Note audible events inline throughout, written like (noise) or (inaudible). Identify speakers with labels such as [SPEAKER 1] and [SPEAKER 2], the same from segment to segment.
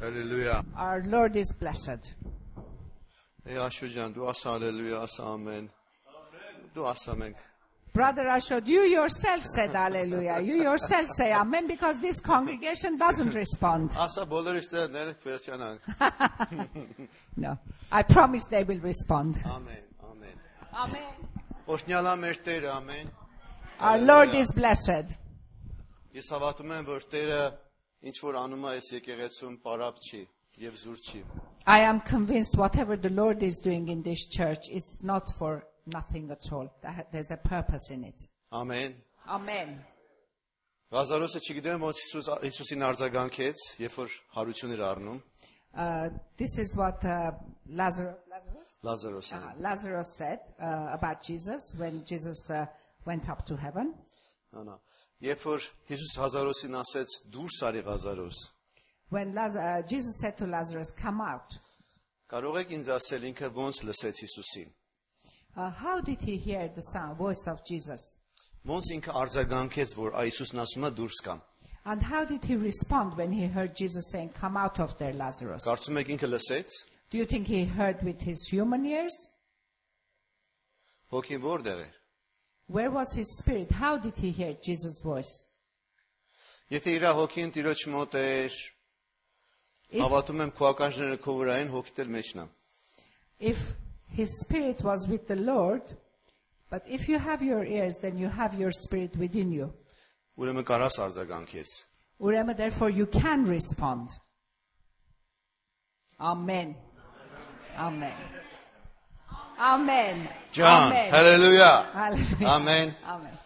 [SPEAKER 1] Հալելույա։
[SPEAKER 2] Our Lord is blessed.
[SPEAKER 1] Ե Աշո ջան, դու ասա հալելույա, ասա ամեն։ Դու ասա մենք։
[SPEAKER 2] Brother Ashod, you yourself said hallelujah. You yourself say amen because this congregation doesn't respond.
[SPEAKER 1] Ասա բոլորիս դեր ներք վերջանանք։
[SPEAKER 2] No. I promise they will respond.
[SPEAKER 1] Ամեն, ամեն։
[SPEAKER 2] Amen.
[SPEAKER 1] Օշնյալա մեր Տեր, ամեն։
[SPEAKER 2] Our Lord is blessed.
[SPEAKER 1] Ես հավատում եմ, որ Տերը ինչ որ անում է այս եկեղեցում պարապ չի եւ զուր չի։
[SPEAKER 2] I am convinced whatever the Lord is doing in this church, it's not for nothing at all. There- There's a purpose in it.
[SPEAKER 1] Ամեն։
[SPEAKER 2] Amen.
[SPEAKER 1] Լազարոսը չգիտեմ ոչ Հիսուս Հիսուսին արձագանքեց, երբ որ հարություն էր առնում
[SPEAKER 2] Uh, this is what uh, Lazar- Lazarus,
[SPEAKER 1] Լազարոսը։
[SPEAKER 2] Uh, Lazarus said uh, about Jesus when Jesus uh, went up to heaven.
[SPEAKER 1] Անա։ Երբ որ Հիսուս Հազարոսին ասեց՝ դուրս արի Հազարոս։
[SPEAKER 2] When Laz- uh, Jesus said to Lazarus, Come out.
[SPEAKER 1] Կարող եք ինձ ասել ինքը ո՞նց լսեց Հիսուսին։
[SPEAKER 2] Uh, how did he hear the sound, voice of Jesus?
[SPEAKER 1] Ո՞նց ինքը արձագանքեց, որ «Ա Հիսուսն ասում է դուրս կամ»։
[SPEAKER 2] And how did he respond when he heard Jesus saying, Come out of there, Lazarus?
[SPEAKER 1] Կարծում եք ինքը լսեց։
[SPEAKER 2] Do you think he heard with his human ears?
[SPEAKER 1] Հոգին որտեղ էր։
[SPEAKER 2] Where was his spirit? How did he hear Jesus' voice?
[SPEAKER 1] Եթե իր հոգին Տիրոջ մոտ էր,
[SPEAKER 2] If-
[SPEAKER 1] հավատում եմ քո ականջները քո վրա են, հոգիդ էլ մեջն է։
[SPEAKER 2] If his spirit was with the Lord, but if you have your ears, then you have your spirit within you.
[SPEAKER 1] Ուրեմն կարաս արձագանքեց։
[SPEAKER 2] Urema, therefore, you can respond. Amen. Amen. Amen.
[SPEAKER 1] Ջան,
[SPEAKER 2] Amen.
[SPEAKER 1] հալելույա։
[SPEAKER 2] Hallelujah.
[SPEAKER 1] Ամեն։
[SPEAKER 2] Amen.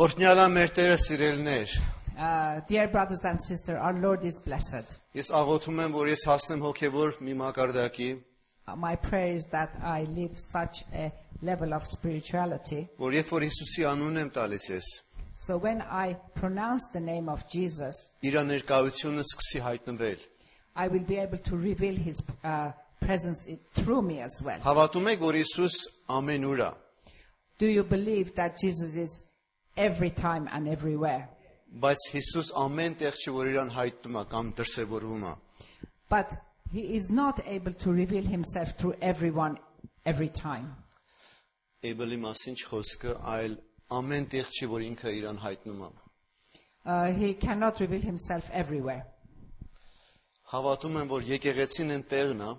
[SPEAKER 1] Օրհնյալա մեր Տերը սիրելներ։
[SPEAKER 2] Uh, dear brothers and sisters, our Lord is blessed.
[SPEAKER 1] Ես աղոթում եմ, որ ես հասնեմ հոգևոր մի մակարդակի,
[SPEAKER 2] Uh, My prayer is that I live such a level of spirituality.
[SPEAKER 1] որ երբ որ Հիսուսի անունն եմ տալիս ես,
[SPEAKER 2] So when I pronounce the name of Jesus,
[SPEAKER 1] իր ներկայությունը սկսի հայտնվել։
[SPEAKER 2] I will be able to reveal his uh, presence i- through me as well.
[SPEAKER 1] Հավատում եք, որ Հիսուս ամենուր է,
[SPEAKER 2] Do you believe that Jesus is every time and everywhere?
[SPEAKER 1] բայց Հիսուս ամեն տեղ չէ, որ իրան հայտնում է կամ դրսևորվում է։
[SPEAKER 2] But he is not able to reveal himself through everyone every time.
[SPEAKER 1] Էբելի մասին չխոսքը, այլ ամեն տեղ չի, որ ինքը իրան հայտնում է։
[SPEAKER 2] Uh, he cannot reveal himself everywhere.
[SPEAKER 1] Հավատում եմ, որ եկեղեցին են տեղն է,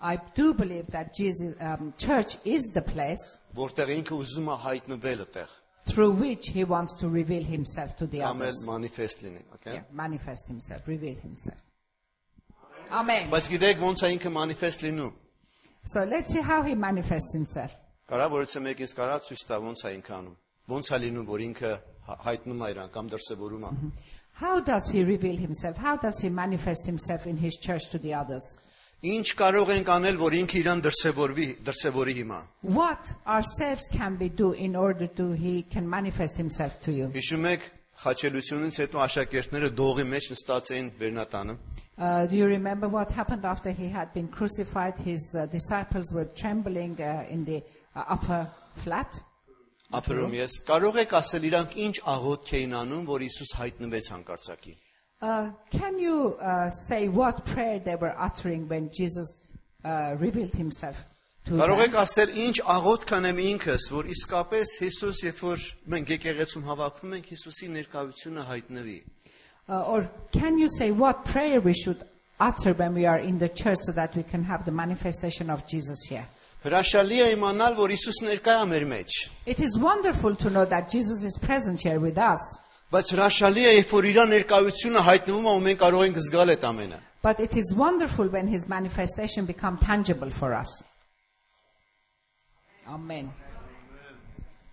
[SPEAKER 2] I do believe that Jesus, um, church is the place
[SPEAKER 1] որտեղ ինքը ուզում է հայտնվել այդտեղ,
[SPEAKER 2] through which he wants to reveal himself to the
[SPEAKER 1] կամ էլ
[SPEAKER 2] others.
[SPEAKER 1] մանիֆեստ լինի,
[SPEAKER 2] Yeah,
[SPEAKER 1] okay։
[SPEAKER 2] manifest himself, reveal himself. Amen.
[SPEAKER 1] Բայց գիտեք ոնց է ինքը մանիֆեստ լինում։
[SPEAKER 2] so let's see how he manifests himself.
[SPEAKER 1] Կարա որից է մեկ ինձ կարա ցույց տա ոնց է ինքը անում։ Ոնց է լինում, որ ինքը հա- հայտնում է իրան կամ դրսևորում է։
[SPEAKER 2] How does he reveal himself? How does he manifest himself in his church to the others?
[SPEAKER 1] Ինչ կարող ենք անել, որ ինքը իրան դրսևորվի, դրսևորի հիմա։
[SPEAKER 2] What ourselves can we do in order to he can manifest himself to you?
[SPEAKER 1] Հիշում եք խաչելությունից հետո աշակերտները դողի մեջ նստած էին վերնատանը։
[SPEAKER 2] Uh, do you remember what happened after he had been crucified? His uh, disciples were trembling uh, in the uh, upper flat.
[SPEAKER 1] Ապրում ես կարող եք ասել իրանք ինչ աղոթք էին անում, որ Հիսուս հայտնվեց հանկարծակի։
[SPEAKER 2] Uh, can you uh, say what prayer they were uttering when Jesus uh, revealed himself to
[SPEAKER 1] Կարող
[SPEAKER 2] them?
[SPEAKER 1] եք ասել ինչ աղոթք անեմ ինքս, որ իսկապես Հիսուս, երբ որ մենք եկեղեցում հավաքվում ենք, Հիսուսի ներկայությունը հայտնվի։
[SPEAKER 2] Uh, or can you say what prayer we should utter when we are in the church so that we can have the manifestation of Jesus here?
[SPEAKER 1] Հրաշալի է իմանալ, որ Հիսուս ներկա է մեր մեջ,
[SPEAKER 2] It is wonderful to know that Jesus is present here with us,
[SPEAKER 1] բայց հրաշալի է, երբ որ իր ներկայությունը հայտնվում է ու մենք կարող ենք զգալ այդ ամենը։
[SPEAKER 2] but it is wonderful when his manifestation becomes tangible for us. Amen.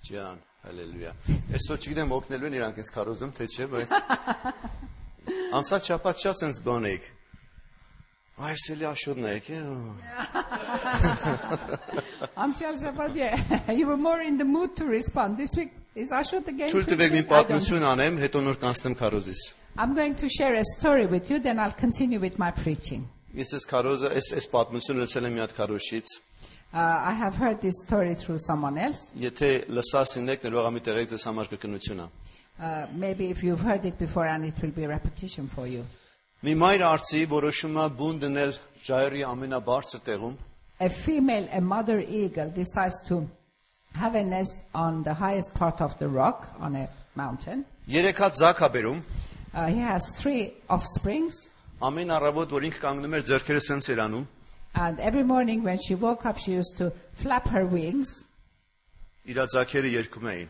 [SPEAKER 1] Ջան, հալելույա։ Այսօր չգիտեմ օգնելու են իրանք ինձ քարոզում թե չէ, բայց անցած շաբաթ շատ sense բան էիք։ Այս էլի աշոտնա եկե։
[SPEAKER 2] Ansel Zabadia, (laughs) you were more in the mood to respond. This week is Ashut again.
[SPEAKER 1] Թույլ տվեք մի
[SPEAKER 2] preaching? I don't-
[SPEAKER 1] պատմություն անեմ, հետո նոր կանցնեմ քարոզից։
[SPEAKER 2] I'm going to share a story with you, then I'll continue with my preaching.
[SPEAKER 1] Ես էս քարոզը, այս այս պատմությունը լսել եմ մի հատ քարոզից։
[SPEAKER 2] Uh, I have heard this story through someone else.
[SPEAKER 1] Եթե լսասինեք, ներողամի տեղեք ձեզ համար կկնությունա։
[SPEAKER 2] Uh, maybe if you've heard it before and it will be a repetition for you.
[SPEAKER 1] Մի մայր արծի որոշումա բուն դնել ժայռի ամենաբարձր տեղում,
[SPEAKER 2] A female, a mother eagle, decides to have a nest on the highest part of the rock, on a mountain.
[SPEAKER 1] երեք հատ զաքա բերում,
[SPEAKER 2] Uh, he has three offsprings,
[SPEAKER 1] ամեն առավոտ որ ինքը կանգնում էր ձեռքերը սենց էր անում,
[SPEAKER 2] and every morning when she woke up, she used to flap her wings,
[SPEAKER 1] իր ձեռքերը երգում էին։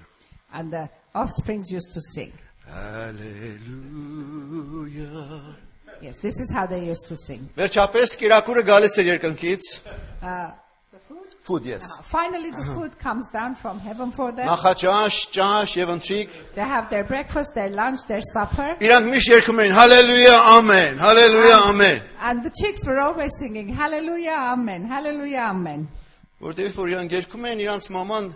[SPEAKER 2] and the offsprings used to sing.
[SPEAKER 1] Հալելույա։
[SPEAKER 2] Yes, this is how they used to sing.
[SPEAKER 1] Վերջապես Կիրակուրը գալիս էր երկնքից։
[SPEAKER 2] Uh, the food?
[SPEAKER 1] Food, yes։
[SPEAKER 2] Finally, the food comes down from heaven for them.
[SPEAKER 1] Նախաճաշ, ճաշ եւ ընթրիկ։
[SPEAKER 2] They have their breakfast, their lunch, their supper.
[SPEAKER 1] Իրանք միշտ երգում էին Հալելույա, ամեն, Հալելույա, ամեն։
[SPEAKER 2] And the chicks were always singing, Hallelujah, Amen, Hallelujah, Amen.
[SPEAKER 1] Որտեւ որ իրանք երգում էին, իրանք մաման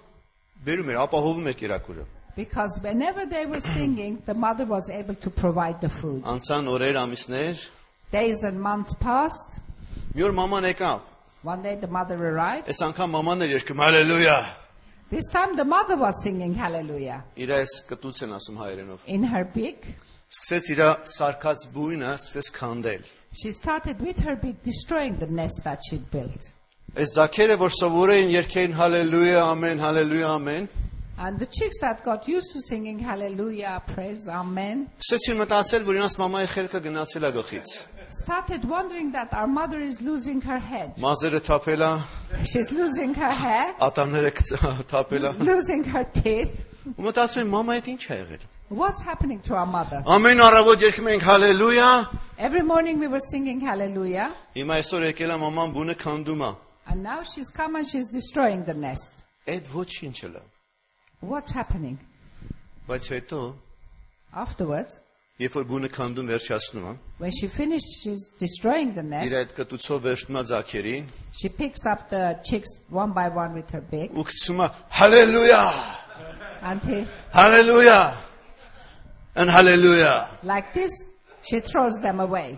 [SPEAKER 1] բերում էր, ապահովում էր Կիրակուրը։
[SPEAKER 2] Because whenever they were singing, the mother was able to provide the food.
[SPEAKER 1] Անցան օրեր, ամիսներ։
[SPEAKER 2] Days and months passed.
[SPEAKER 1] Մի օր մաման եկավ։
[SPEAKER 2] One day the mother arrived.
[SPEAKER 1] Այս անգամ մաման էր երգում Հալելույա։
[SPEAKER 2] This time the mother was singing Hallelujah
[SPEAKER 1] Իր այս կտուց են ասում հայերենով։
[SPEAKER 2] in her beak.
[SPEAKER 1] Սկսեց իր սարկած բույնը սկսեց քանդել։
[SPEAKER 2] She started with her beak destroying the nest that she'd built.
[SPEAKER 1] Այս ձակերը, որ սովոր էին երգեին Հալելույա, ամեն, Հալելույա, ամեն,
[SPEAKER 2] And the chicks that got used to singing Hallelujah, praise, Amen,
[SPEAKER 1] սկսեցին մտածել, որ իրաց մամայի խելքը գնացել է գլխից։
[SPEAKER 2] started wondering that our mother is losing her head.
[SPEAKER 1] Մազերը թափելա,
[SPEAKER 2] She's losing her hair,
[SPEAKER 1] ատամները կց- (laughs) թափելա։
[SPEAKER 2] losing her teeth.
[SPEAKER 1] Ու մտածում են մամայի հետ ինչ է եղել։
[SPEAKER 2] What's happening to our mother?
[SPEAKER 1] Ամեն առավոտ երգում ենք հալելույա։
[SPEAKER 2] Every morning we were singing Hallelujah,
[SPEAKER 1] Հիմա այսօր եկել է մաման բունը քանդում է։
[SPEAKER 2] and now she's come and she's destroying the nest.
[SPEAKER 1] Այդ ոչինչ չլա։
[SPEAKER 2] What's happening?
[SPEAKER 1] Բայց հետո,
[SPEAKER 2] Afterwards,
[SPEAKER 1] երբ որ բունը քանդում վերջացնում է,
[SPEAKER 2] when she finished, she's destroying the
[SPEAKER 1] իր
[SPEAKER 2] nest.
[SPEAKER 1] այդ կտուցով վերցնում է ձակերին
[SPEAKER 2] She picks up the chicks one by one with her beak
[SPEAKER 1] ու գցում է հալելույա,
[SPEAKER 2] until,
[SPEAKER 1] հալելույա։ Ան հալելույա։
[SPEAKER 2] like this, she throws them away.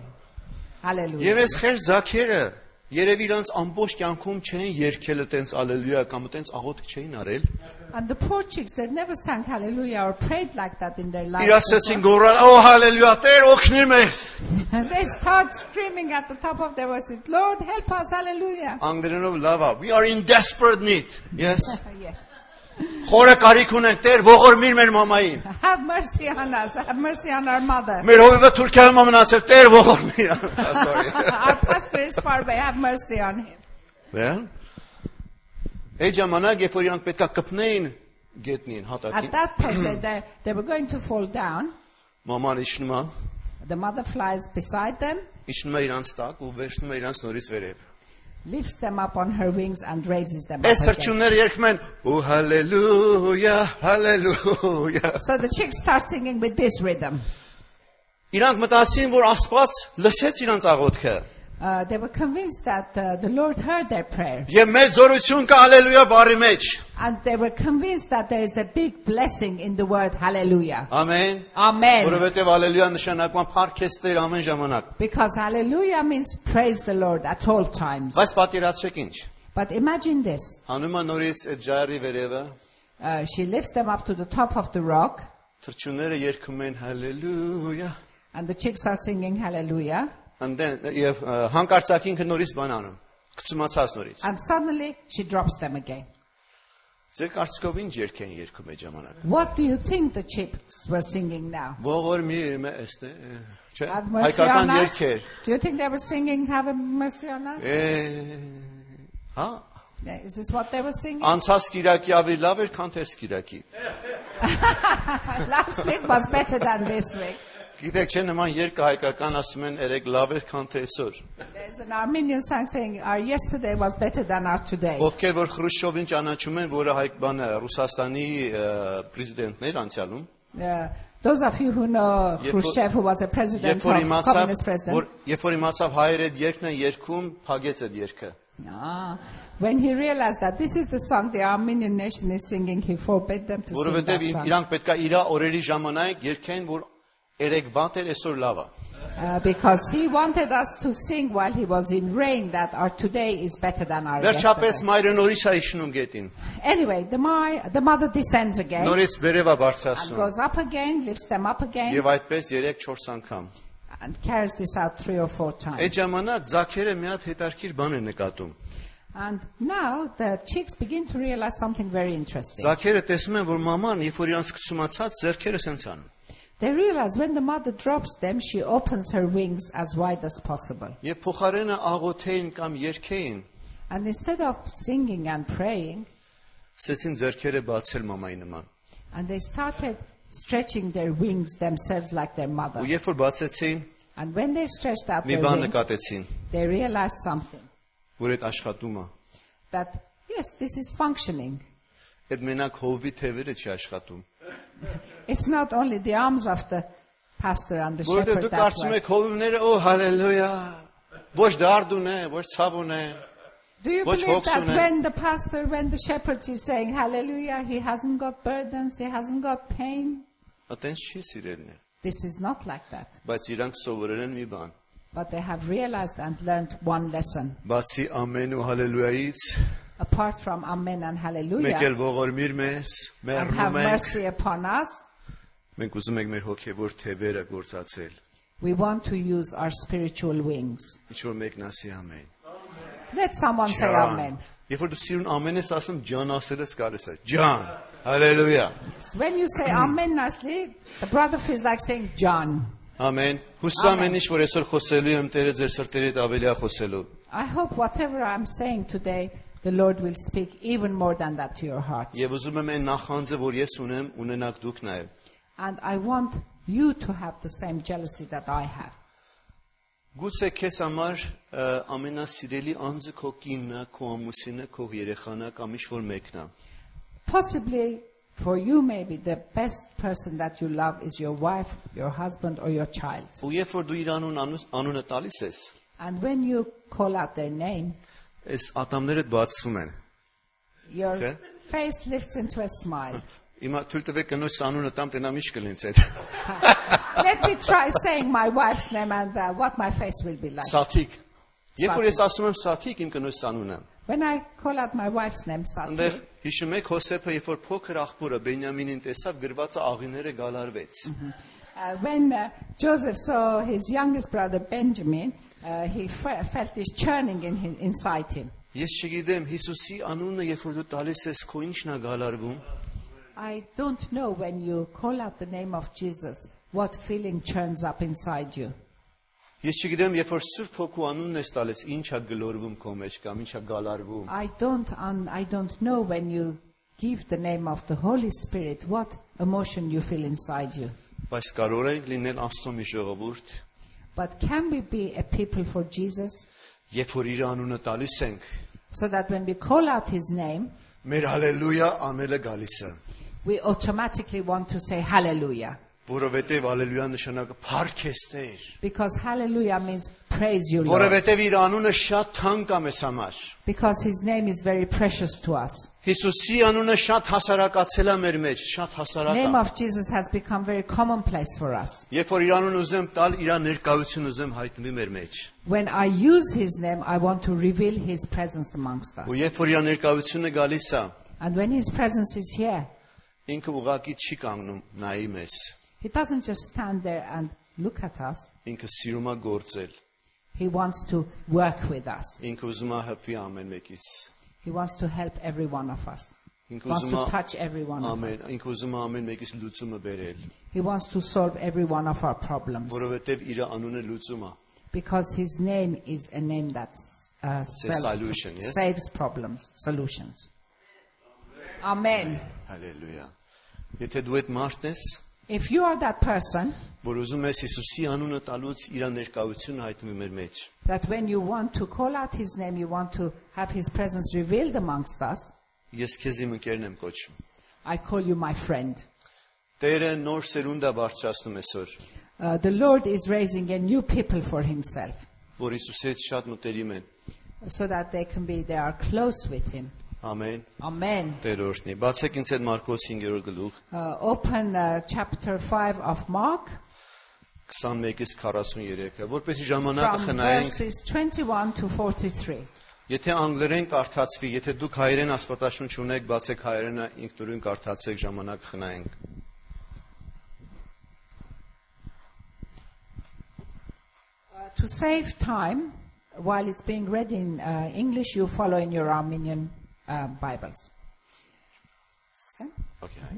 [SPEAKER 2] Hallelujah.
[SPEAKER 1] Եվ այս խեր ձակերը Երևի իրանց ամբողջ կյանքում չեն երկել այտենց հալելույա կամ այտենց աղոթք չէին արել։
[SPEAKER 2] And the poor chicks, they never sang hallelujah or prayed like that in their life.
[SPEAKER 1] Իրասեցին գոռալ, «Օ հալելույա, Տեր օգնիր մեզ»։
[SPEAKER 2] And (laughs) they start screaming at the top of their voices, Lord, help us, hallelujah.
[SPEAKER 1] Անգլերենով լավ է։ We are in desperate need։ Yes։
[SPEAKER 2] yes.
[SPEAKER 1] Խորը կարիք ունենք Տեր, ողորմիր մեր մամային։
[SPEAKER 2] Have mercy on us. Have mercy on our mother.
[SPEAKER 1] (laughs) Մեր հովիվը Թուրքիայում ա մնացել, Տեր ողորմիր։ Ah, Sorry։
[SPEAKER 2] (laughs) our pastor is far away. Have mercy on him.
[SPEAKER 1] Well։ Այդ ժամանակ, երբ որ իրանք պետքա կպնեին գետնին
[SPEAKER 2] At
[SPEAKER 1] հատակին,
[SPEAKER 2] that point, they, they, they were going to fall down.
[SPEAKER 1] մաման իջնում է,
[SPEAKER 2] The mother flies beside them,
[SPEAKER 1] իջնում է իրանց տակ ու վերցնում է իրանց նորից վերև։
[SPEAKER 2] lifts them up on her wings, and raises them
[SPEAKER 1] Այս
[SPEAKER 2] up. Again.
[SPEAKER 1] թրջունները երգում են «Ու հալելույա, հալելույա»։
[SPEAKER 2] So the chicks start singing with this rhythm.
[SPEAKER 1] Իրանք մտածին, որ Աստված լսեց իրանց աղոթքը։
[SPEAKER 2] Uh, they were convinced that uh, the Lord heard their prayer.
[SPEAKER 1] Եվ մեծ զորություն կա հալելույա բառի մեջ։
[SPEAKER 2] And they were convinced that there is a big blessing in the word hallelujah.
[SPEAKER 1] Ամեն։
[SPEAKER 2] Amen.
[SPEAKER 1] Որովհետև հալելույա նշանակում փառքես Տեր ամեն ժամանակ։
[SPEAKER 2] Because hallelujah means praise the Lord at all times.
[SPEAKER 1] Բայց պատերացեք ինչ։
[SPEAKER 2] But imagine this.
[SPEAKER 1] Հանում է նորից այդ ջարի վերևը,
[SPEAKER 2] Uh, she lifts them up to the top of the rock
[SPEAKER 1] թրջունները երգում են հալելույա։
[SPEAKER 2] and the chicks are singing hallelujah.
[SPEAKER 1] And then եւ ը, հանկարծակի ինքը նորից բան անում։ Գծմացած նորից։
[SPEAKER 2] And suddenly she drops them again.
[SPEAKER 1] Ձեր կարծիքով ինչ երգ են երգում այդ ժամանակ։
[SPEAKER 2] What do you think the chicks were singing now?
[SPEAKER 1] Ողորմի մեզ, Տե- չէ՞։
[SPEAKER 2] Have mercy on
[SPEAKER 1] Հայկական
[SPEAKER 2] us?
[SPEAKER 1] երգեր։
[SPEAKER 2] Do you think they were singing have mercy on us?
[SPEAKER 1] Է, Հա։
[SPEAKER 2] Is this what they were singing? (laughs)
[SPEAKER 1] Անցած Կիրակի ավելի լավ էր, քան թերս Կիրակի։
[SPEAKER 2] Last week was better than this week.
[SPEAKER 1] Գիտեք, չէ՞ նման երգը հայկական ասում են, երեք լավ էր, քան թե այսօր։
[SPEAKER 2] There's an Armenian song saying, Our yesterday was better than our today.
[SPEAKER 1] Ովքեր որ Խրուշչովին ճանաչում են, որը հայկ բանը Ռուսաստանի ը, պրեզիդենտն էր անցյալում,
[SPEAKER 2] Uh, those of you who know
[SPEAKER 1] Yep,
[SPEAKER 2] Khrushchev, who was a president,
[SPEAKER 1] երբ որ
[SPEAKER 2] of
[SPEAKER 1] իմացավ,
[SPEAKER 2] communist president,
[SPEAKER 1] որ երբ որ իմացավ հայերը այդ երգն են երգում, փագեց այդ երգը։
[SPEAKER 2] Ah, when he realized that this is the song the Armenian nation is singing, he forbade them to sing that
[SPEAKER 1] Որովհետև ին-
[SPEAKER 2] song.
[SPEAKER 1] իրանք պետքա իր օրերի ժամանակ երգեն, որ երեք վատ էր, այսօր լավ է։
[SPEAKER 2] Uh, because he wanted us to sing while he was in rain that our today is better than our
[SPEAKER 1] Վերջապես
[SPEAKER 2] yesterday.
[SPEAKER 1] մայրը նորից է իշնում գետին։
[SPEAKER 2] Anyway, the, my, the mother descends again
[SPEAKER 1] Նորից վերևա
[SPEAKER 2] and
[SPEAKER 1] բարձրացնում։
[SPEAKER 2] goes up again, lifts them up again,
[SPEAKER 1] Եվ այդպես 3-4 անգամ։
[SPEAKER 2] and carries this out three or four times.
[SPEAKER 1] Այդ ժամանակ Զաքերը մի հատ հետարքիր բան է նկատում։
[SPEAKER 2] And now the chicks begin to realize something very interesting.
[SPEAKER 1] Զաքերը տեսնում են, որ մաման, երբ որ իրանց կցումացած зерքերը սենց անում։
[SPEAKER 2] They realize when the mother drops them, she opens her wings as wide as possible.
[SPEAKER 1] Եվ փոխարենը աղոթեին կամ երգեին,
[SPEAKER 2] And instead of singing and praying,
[SPEAKER 1] սեցին зерքերը բացել մամայի նման։
[SPEAKER 2] and they started stretching their wings themselves like their mother.
[SPEAKER 1] Ու երբ որ բացեցին,
[SPEAKER 2] And when they stretched out
[SPEAKER 1] մի
[SPEAKER 2] their
[SPEAKER 1] բան
[SPEAKER 2] wings,
[SPEAKER 1] նկատեցին,
[SPEAKER 2] they realized something
[SPEAKER 1] որ այդ աշխատում է։
[SPEAKER 2] that yes, this is functioning.
[SPEAKER 1] Այդ մենակ հովվի թևերը չի աշխատում։
[SPEAKER 2] It's not only the arms of the pastor and the
[SPEAKER 1] Որտե՞ղ
[SPEAKER 2] shepherd
[SPEAKER 1] դուք
[SPEAKER 2] that
[SPEAKER 1] կարծում
[SPEAKER 2] work.
[SPEAKER 1] եք հովիվները, օ, հալելույա։ Ոչ դարդ ունե, ոչ ցավ ունե։
[SPEAKER 2] Do you
[SPEAKER 1] Watch
[SPEAKER 2] believe
[SPEAKER 1] Hawks
[SPEAKER 2] that
[SPEAKER 1] on it.
[SPEAKER 2] when the pastor, when the shepherd is saying hallelujah, he hasn't got burdens, he hasn't got pain?
[SPEAKER 1] Ատենց չի սիրելն է։
[SPEAKER 2] This is not like that.
[SPEAKER 1] Բայց իրանք սովորել են մի բան։
[SPEAKER 2] But they have realized and learned one lesson.
[SPEAKER 1] Բացի ամեն ու հալելույայից,
[SPEAKER 2] Apart from amen and
[SPEAKER 1] մեկ
[SPEAKER 2] hallelujah,
[SPEAKER 1] էլ ողորմիր մեզ,
[SPEAKER 2] and have
[SPEAKER 1] մեռնում ենք։
[SPEAKER 2] mercy upon us,
[SPEAKER 1] Մենք ուզում ենք մեր հոգևոր թևերը գործածել։
[SPEAKER 2] we want to use our spiritual wings.
[SPEAKER 1] Ինչ որ մեկն ասի ամեն։
[SPEAKER 2] Let someone say amen.
[SPEAKER 1] Երբ որ դու սիրուն ամեն ես ասում, ջան ասելս կարես այդ։ Ջան, հալելույա։
[SPEAKER 2] Yes, When you
[SPEAKER 1] (clears throat)
[SPEAKER 2] say amen nicely, the brother feels like saying John.
[SPEAKER 1] Ամեն։ Հուսամ
[SPEAKER 2] Ամեն։
[SPEAKER 1] են ինչ որ այսօր խոսելու եմ Տերը ձեր սրտերի հետ ավելի է խոսելու։
[SPEAKER 2] I hope whatever I'm saying today, the Lord will speak even more than that to your hearts.
[SPEAKER 1] Եվ ուզում եմ այն նախանձը, որ ես ունեմ, ունենաք դուք նաև։
[SPEAKER 2] And I want you to have the same jealousy that I have.
[SPEAKER 1] Գուցե քեզ համար ը, ամենասիրելի անձը քո կինն է, քո ամուսինը, քո երեխան է կամ ինչ որ մեկն է։
[SPEAKER 2] Possibly for you, maybe the best person that you love is your wife, your husband, or your child.
[SPEAKER 1] Ու երբ որ դու իր անուն անուս- անունը տալիս ես,
[SPEAKER 2] And when you call out their name,
[SPEAKER 1] այս ատամներդ բացվում են։
[SPEAKER 2] your
[SPEAKER 1] Sir?
[SPEAKER 2] face lifts into a smile.
[SPEAKER 1] Հիմա թույլ տվեք կնոջ անունը տամ, տենա ինչ կլինց այդ։
[SPEAKER 2] Let me try saying my wife's name and uh, what my face will be like.
[SPEAKER 1] Սաթիկ։ Երբ որ
[SPEAKER 2] Սաթիկ։
[SPEAKER 1] ես ասում եմ Սաթիկ իմ կնոջ անունը,
[SPEAKER 2] When I call out my wife's name, Sati,
[SPEAKER 1] Անդեր հիշում եք Հոսեփը, երբ որ փոքր աղբորը Բենյամինին տեսավ, գրվածը աղիները գալարվեց։
[SPEAKER 2] uh, when uh, Joseph saw his youngest brother Benjamin, uh, he f- felt this churning in his, inside him.
[SPEAKER 1] Ես չգիտեմ Հիսուսի անունը, երբ որ դու տալիս ես, քո ինչն է գալարվում։
[SPEAKER 2] I don't know when you call out the name of Jesus what feeling churns up inside you.
[SPEAKER 1] Ես չգիտեմ, երբ որ Սուրբ Հոգու անունն ես տալիս, ինչ է գլորվում քո մեջ կամ ինչ է գալարվում։
[SPEAKER 2] I don't, un- I don't know when you give the name of the Holy Spirit what emotion you feel inside you.
[SPEAKER 1] Բայց կարող ենք լինել Աստծո մի ժողովուրդ,
[SPEAKER 2] But can we be a people for Jesus
[SPEAKER 1] երբ որ իր անունը տալիս ենք,
[SPEAKER 2] so that when we call out his name,
[SPEAKER 1] մեր հալելույա անելը գալիս է,
[SPEAKER 2] we automatically want to say hallelujah?
[SPEAKER 1] որովհետև հալելույա նշանակը փառք ես Տեր,
[SPEAKER 2] Because hallelujah means praise you, Lord.
[SPEAKER 1] որովհետև իր անունը շատ թանկ է մեզ համար։
[SPEAKER 2] Because his name is very precious to us.
[SPEAKER 1] Հիսուսի անունը շատ հասարակացել է մեր մեջ, շատ հասարակ
[SPEAKER 2] Name
[SPEAKER 1] է։
[SPEAKER 2] of Jesus has become very commonplace for us.
[SPEAKER 1] Երբ որ իր անունը ուզեմ տալ, իր ներկայությունը ուզեմ հայտնվի մեր մեջ։
[SPEAKER 2] When I use his name, I want to reveal his presence amongst us.
[SPEAKER 1] Ու երբ որ իր ներկայությունը գալիս է,
[SPEAKER 2] And when his presence is here,
[SPEAKER 1] ինքը ուղակի չի կանգնում նայի մեզ։
[SPEAKER 2] he doesn't just stand there and look at us.
[SPEAKER 1] Ինքը սիրում է գործել։
[SPEAKER 2] He wants to work with us.
[SPEAKER 1] Ինքը ուզում է հպվի ամեն մեկից։
[SPEAKER 2] He wants to help every one of us.
[SPEAKER 1] Ինքը
[SPEAKER 2] Wants
[SPEAKER 1] ուզում
[SPEAKER 2] to
[SPEAKER 1] է
[SPEAKER 2] touch every one of us.
[SPEAKER 1] ամեն, ինքը ուզում է ամեն մեկից լուծումը բերել,
[SPEAKER 2] He wants to solve every one of our problems.
[SPEAKER 1] որովհետև իր անունը լուծում է։
[SPEAKER 2] Because his name is a name that uh, spells-
[SPEAKER 1] solution, yes?
[SPEAKER 2] saves problems, solutions. Amen.
[SPEAKER 1] Հալելույա։ Եթե դու այդ մարդն ես,
[SPEAKER 2] If you are that person,
[SPEAKER 1] որ ուզում ես Հիսուսի անունը տալուց իր ներկայությունը հայտնվի մեր մեջ,
[SPEAKER 2] that when you want to call out his name, you want to have his presence revealed amongst us,
[SPEAKER 1] ես քեզ իմ ընկերն եմ կոչում։
[SPEAKER 2] I call you my friend.
[SPEAKER 1] Տերը նոր սերունդ է բարձրացնում այսօր,
[SPEAKER 2] Uh, the Lord is raising a new people for himself
[SPEAKER 1] որ Հիսուսի հետ շատ մտերիմ են։
[SPEAKER 2] so that they can be, they are close with him.
[SPEAKER 1] Ամեն։
[SPEAKER 2] Amen.
[SPEAKER 1] Տեր օրհնի։ Բացեք ինձ այդ Մարկոս 5-րդ գլուխ
[SPEAKER 2] Uh, open uh, chapter 5 of Mark
[SPEAKER 1] 21-ից 43-ը, որպեսի ժամանակը
[SPEAKER 2] from
[SPEAKER 1] խնայենք։
[SPEAKER 2] verses 21 to 43.
[SPEAKER 1] Եթե անգլերեն կարդացվի, եթե դուք հայերեն ասպատաշուն չունեք, բացեք հայերենը, ինքնուրույն կարդացեք, ժամանակ խնայենք։
[SPEAKER 2] Uh, To save time, while it's being read in uh, English, you follow in your Armenian uh, Bibles. Սկսեմ։
[SPEAKER 1] Okay.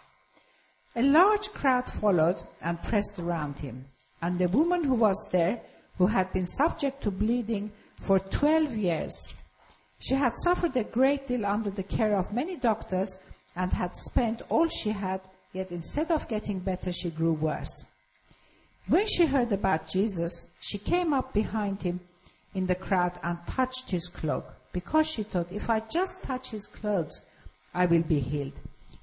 [SPEAKER 2] A large crowd followed and pressed around him. And the woman who was there, who had been subject to bleeding for 12 years, she had suffered a great deal under the care of many doctors and had spent all she had, yet instead of getting better, she grew worse. When she heard about Jesus, she came up behind him in the crowd and touched his cloak, because she thought, if I just touch his clothes, I will be healed.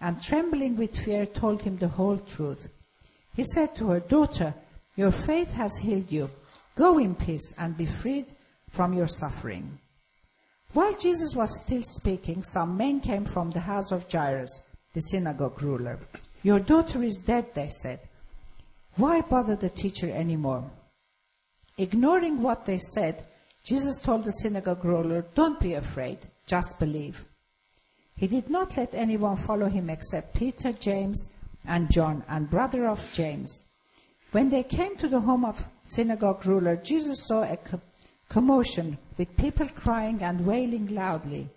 [SPEAKER 2] and trembling with fear, told him the whole truth. He said to her, Daughter, your faith has healed you. Go in peace and be freed from your suffering. While Jesus was still speaking, some men came from the house of Jairus, the synagogue ruler. Your daughter is dead, they said. Why bother the teacher anymore? Ignoring what they said, Jesus told the synagogue ruler, Don't be afraid, just believe. He did not let anyone follow him except Peter, James, and John, and brother of James. When they came to the home of synagogue ruler, Jesus saw a co- commotion with people crying and wailing loudly.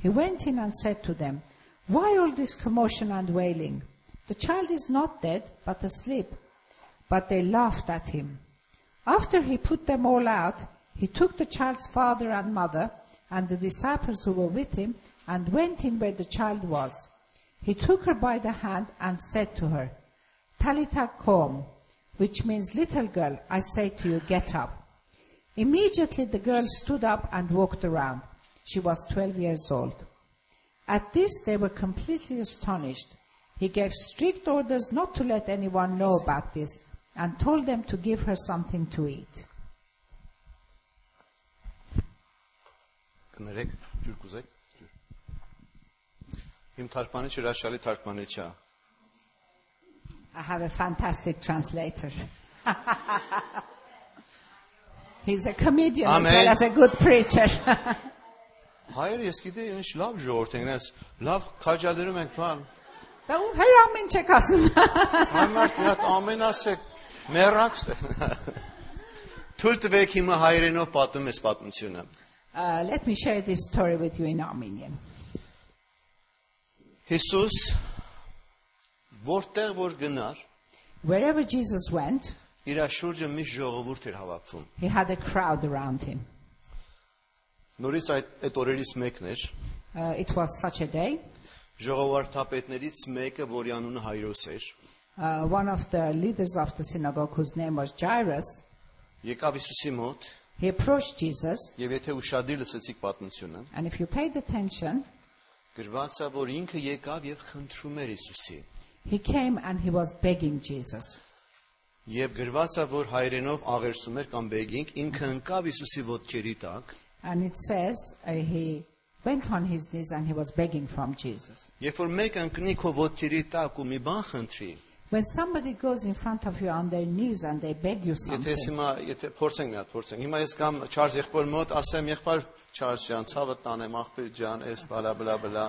[SPEAKER 2] He went in and said to them, Why all this commotion and wailing? The child is not dead, but asleep. But they laughed at him. After he put them all out, he took the child's father and mother and the disciples who were with him and went in where the child was. He took her by the hand and said to her, Talita Kom, which means little girl, I say to you, get up. Immediately the girl stood up and walked around. She was 12 years old. At this they were completely astonished. He gave strict orders not to let anyone know about this and told them to give her something to eat.
[SPEAKER 1] Կներեք, ջուր կուզեք։ Ջուր։ Իմ թարգմանիչը հրաշալի թարգմանիչ է։
[SPEAKER 2] I have a fantastic translator. (laughs) He's a comedian as
[SPEAKER 1] Amen.
[SPEAKER 2] well as a good preacher. (laughs)
[SPEAKER 1] Հայերը ես գիտեի ինչ լավ ժողովուրդ են, այնպես լավ քաջալերում են բան։
[SPEAKER 2] Դա ու հեր ամեն չեք ասում։
[SPEAKER 1] Համար դա ամենասեկ մեռանք։ (laughs) Թույլ տվեք հիմա հայերենով պատմեմ այս պատմությունը։
[SPEAKER 2] (laughs) Uh, let me share this story with you in Armenian.
[SPEAKER 1] Հիսուս որտեղ որ գնար,
[SPEAKER 2] Wherever Jesus went,
[SPEAKER 1] իր շուրջը մի ժողովուրդ էր հավաքվում։
[SPEAKER 2] he had a crowd around him.
[SPEAKER 1] Նորից այդ այդ օրերից մեկն էր
[SPEAKER 2] Uh, it was such a day.
[SPEAKER 1] ժողովրդապետներից մեկը, որի անունը Հայրոս էր,
[SPEAKER 2] Uh, one of the leaders of the synagogue, whose name was Jairus,
[SPEAKER 1] եկավ Հիսուսի մոտ
[SPEAKER 2] he approached Jesus,
[SPEAKER 1] եւ եթե ուշադիր լսեցիք պատմությունը,
[SPEAKER 2] and if you paid attention,
[SPEAKER 1] գրված է, որ ինքը եկավ եւ խնդրում էր Հիսուսի։
[SPEAKER 2] he came and he was begging Jesus.
[SPEAKER 1] Եվ գրված է, որ հայրենով աղերսում էր կամ բեգինգ, ինքը ընկավ Հիսուսի ոտքերի տակ,
[SPEAKER 2] And it says uh, he went on his knees and he was begging from Jesus.
[SPEAKER 1] երբ որ մեկը ընկնի քո ոտքերի տակ ու մի բան խնդրի,
[SPEAKER 2] When somebody goes in front of you on their knees and they beg you
[SPEAKER 1] եթե ես
[SPEAKER 2] something,
[SPEAKER 1] հիմա, եթե փորձենք մի հատ փորձենք, հիմա ես կամ Չարլզ եղբոր մոտ ասեմ, եղբայր Չարլզ ջան, ցավը տանեմ, աղբեր ջան, էս բլա բլա բլա։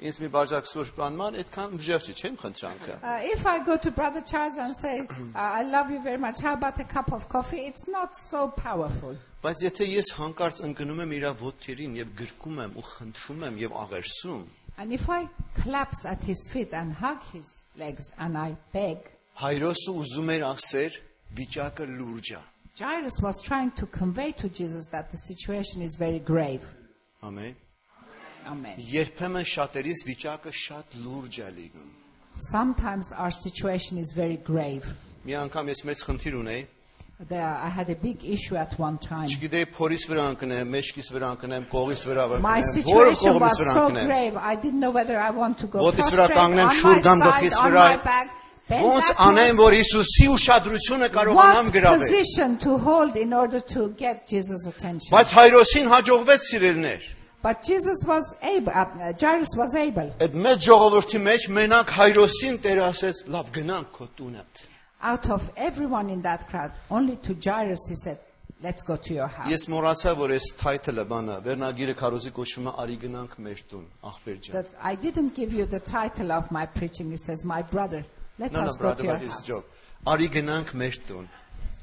[SPEAKER 1] Ինձ մի բաժակ սուրճ բան ման, այդքան ուժեղ չի, չեմ խնդրանքը։
[SPEAKER 2] uh, if I go to Brother Charles and say, (clears throat) uh, I love you very much, how about a cup of coffee? It's not so powerful.
[SPEAKER 1] Բայց եթե ես հանկարծ ընկնում եմ իր ոտքերին եւ գրկում եմ ու խնդրում եմ եւ աղերսում,
[SPEAKER 2] And if I collapse at his feet and hug his legs and I beg,
[SPEAKER 1] հայրոսը ուզում էր ասեր վիճակը լուրջ է։
[SPEAKER 2] Jairus was trying to convey to Jesus that the situation is very grave.
[SPEAKER 1] Ամեն։
[SPEAKER 2] Amen.
[SPEAKER 1] Երբեմն շատերիս վիճակը շատ լուրջ է լինում։
[SPEAKER 2] Sometimes our situation is very grave.
[SPEAKER 1] Մի անգամ ես մեծ խնդիր ունեի,
[SPEAKER 2] There, I had a big issue at one time.
[SPEAKER 1] չգիտեի փորիս վրա ընկնեմ, մեջքիս վրա ընկնեմ, կողիս վրա
[SPEAKER 2] My
[SPEAKER 1] ընկնեմ, որը
[SPEAKER 2] situation was
[SPEAKER 1] կողմից վրա
[SPEAKER 2] so
[SPEAKER 1] ընկնեմ։
[SPEAKER 2] grave. I didn't know whether I want to go
[SPEAKER 1] Ոտիս վրա
[SPEAKER 2] prostrate on
[SPEAKER 1] կանգնեմ,
[SPEAKER 2] my
[SPEAKER 1] շուր գամ
[SPEAKER 2] side,
[SPEAKER 1] գլխիս
[SPEAKER 2] on
[SPEAKER 1] վրա,
[SPEAKER 2] my back, bend
[SPEAKER 1] Ոնց
[SPEAKER 2] backwards.
[SPEAKER 1] անեմ, որ Հիսուսի ուշադրությունը կարողանամ
[SPEAKER 2] What
[SPEAKER 1] գրավել։
[SPEAKER 2] position to hold in order to get Jesus' attention?
[SPEAKER 1] Բայց Հայրոսին հաջողվեց սիրելներ։
[SPEAKER 2] But Jesus was able. Uh, Jairus was able.
[SPEAKER 1] Այդ մեծ ժողովրդի մեջ մենակ Հայրոսին Տեր ասեց՝ «Լավ գնանք քո տունդ»։
[SPEAKER 2] Out of everyone in that crowd, only to Jairus he said, "Let's go to your house."
[SPEAKER 1] Ես մոռացա, որ այս title-ը բանը, վերնագիրը քարոզի կոչվում է «Արի գնանք մեր տուն», ախպեր ջան։
[SPEAKER 2] That I didn't give you the title of my preaching. It says, "My brother, let
[SPEAKER 1] No, no,
[SPEAKER 2] us go to
[SPEAKER 1] brother,
[SPEAKER 2] your
[SPEAKER 1] that is
[SPEAKER 2] house."
[SPEAKER 1] joke. Արի գնանք մեր տուն։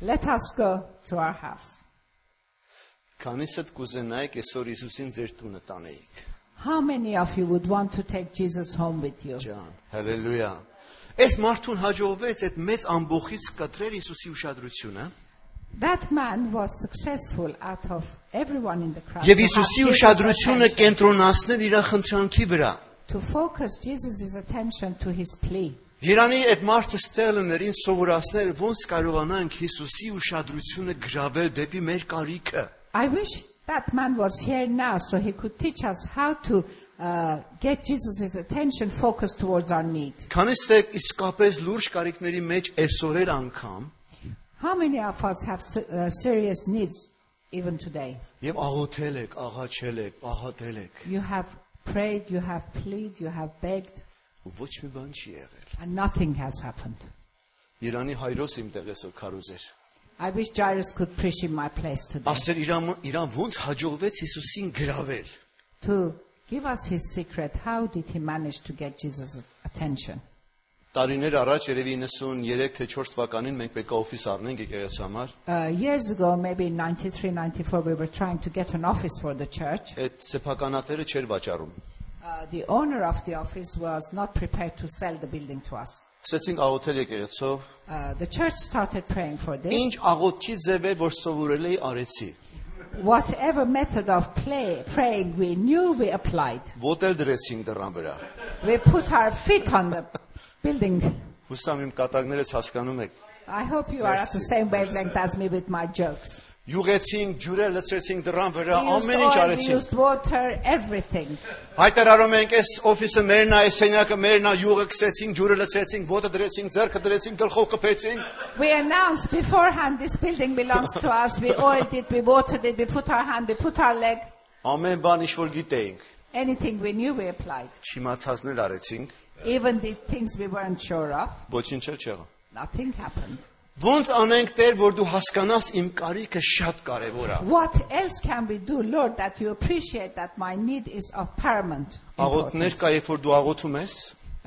[SPEAKER 2] Let us go to our house.
[SPEAKER 1] Քանիսդ կուզենայիք այսօր Հիսուսին ձեր տունը տանեիք։
[SPEAKER 2] How many of you would want to take Jesus home with you?
[SPEAKER 1] Ջան, հալելույա։ Այս մարդուն հաջողվեց այդ մեծ ամբողից կտրել Հիսուսի ուշադրությունը,
[SPEAKER 2] That man was successful out of everyone in the crowd.
[SPEAKER 1] եւ
[SPEAKER 2] to have
[SPEAKER 1] Հիսուսի
[SPEAKER 2] Jesus'
[SPEAKER 1] ուշադրությունը
[SPEAKER 2] attention.
[SPEAKER 1] կենտրոնացնել իր խնդրանքի վրա։
[SPEAKER 2] to focus Jesus' attention to his plea.
[SPEAKER 1] Երանի այդ մարդը ստելներին սովորացնել ոնց կարողանանք Հիսուսի ուշադրությունը գրավել դեպի մեր կարիքը։
[SPEAKER 2] I wish that man was here now so he could teach us how to uh, get Jesus' attention focused towards our need.
[SPEAKER 1] Քանիս թե իսկապես լուրջ կարիքների մեջ այսօրեր անգամ
[SPEAKER 2] How many of us have se- uh, serious needs even today?
[SPEAKER 1] եւ աղոթել եք, աղաչել եք, աղատել եք։
[SPEAKER 2] You have prayed, you have plead, you have begged,
[SPEAKER 1] Ոչ մի բան չի եղել։
[SPEAKER 2] and nothing has happened.
[SPEAKER 1] Իրանի հայրոս իմտեղ էսօր քարուզեր։
[SPEAKER 2] I wish Jairus could preach in my place today
[SPEAKER 1] Ասել իրան իրան ոնց հաջողվեց Հիսուսին գրավել։
[SPEAKER 2] to give us his secret. How did he manage to get Jesus' attention?
[SPEAKER 1] Տարիներ առաջ երևի 93 թե 4 թվականին մենք պետք է օֆիս առնենք եկեղեցու համար։
[SPEAKER 2] Uh, years ago, maybe in 93, 94, we were trying to get an office for the church.
[SPEAKER 1] Այդ սեփականատերը չէր վաճառում։
[SPEAKER 2] Uh, the owner of the office was not prepared to sell the building to us.
[SPEAKER 1] Սկսեցինք աղոթել եկեղեցով։
[SPEAKER 2] Uh, the church started praying for this.
[SPEAKER 1] Ինչ աղոթքի ձև է որ սովորել էի արեցի։
[SPEAKER 2] Whatever method of play, praying we knew, we applied.
[SPEAKER 1] Ոտել դրեցինք դռան վրա։
[SPEAKER 2] We put our feet on the building.
[SPEAKER 1] Հուսամ իմ կատակներից հասկանում եք։
[SPEAKER 2] I hope you are at the
[SPEAKER 1] Merci,
[SPEAKER 2] same wavelength as me with my jokes.
[SPEAKER 1] Յուղեցինք, ջուրը լցրեցինք դռան վրա,
[SPEAKER 2] We used
[SPEAKER 1] ամեն ինչ
[SPEAKER 2] oil, we
[SPEAKER 1] արեցինք։
[SPEAKER 2] used water, everything.
[SPEAKER 1] Հայտարարում ենք այս օֆիսը մերն է, այս սենյակը մերն է, յուղը քսեցինք, ջուրը լցրեցինք, ոտը դրեցինք, ձեռքը դրեցինք, գլխով կփեցինք։
[SPEAKER 2] We announced beforehand this building belongs to us. We oiled it, we watered it, we put our hand, we put our leg.
[SPEAKER 1] Ամեն բան ինչ որ գիտեինք,
[SPEAKER 2] Anything we knew, we applied.
[SPEAKER 1] չիմացածնել արեցինք,
[SPEAKER 2] Even the things we weren't sure of,
[SPEAKER 1] ոչինչ էլ չեղավ։
[SPEAKER 2] nothing happened.
[SPEAKER 1] Ոնց անենք Տեր, որ դու հասկանաս իմ կարիքը շատ կարևոր է։
[SPEAKER 2] What else can we do, Lord, that you appreciate that my need is of paramount
[SPEAKER 1] Աղոթներ
[SPEAKER 2] importance?
[SPEAKER 1] կա, երբ որ դու աղոթում ես,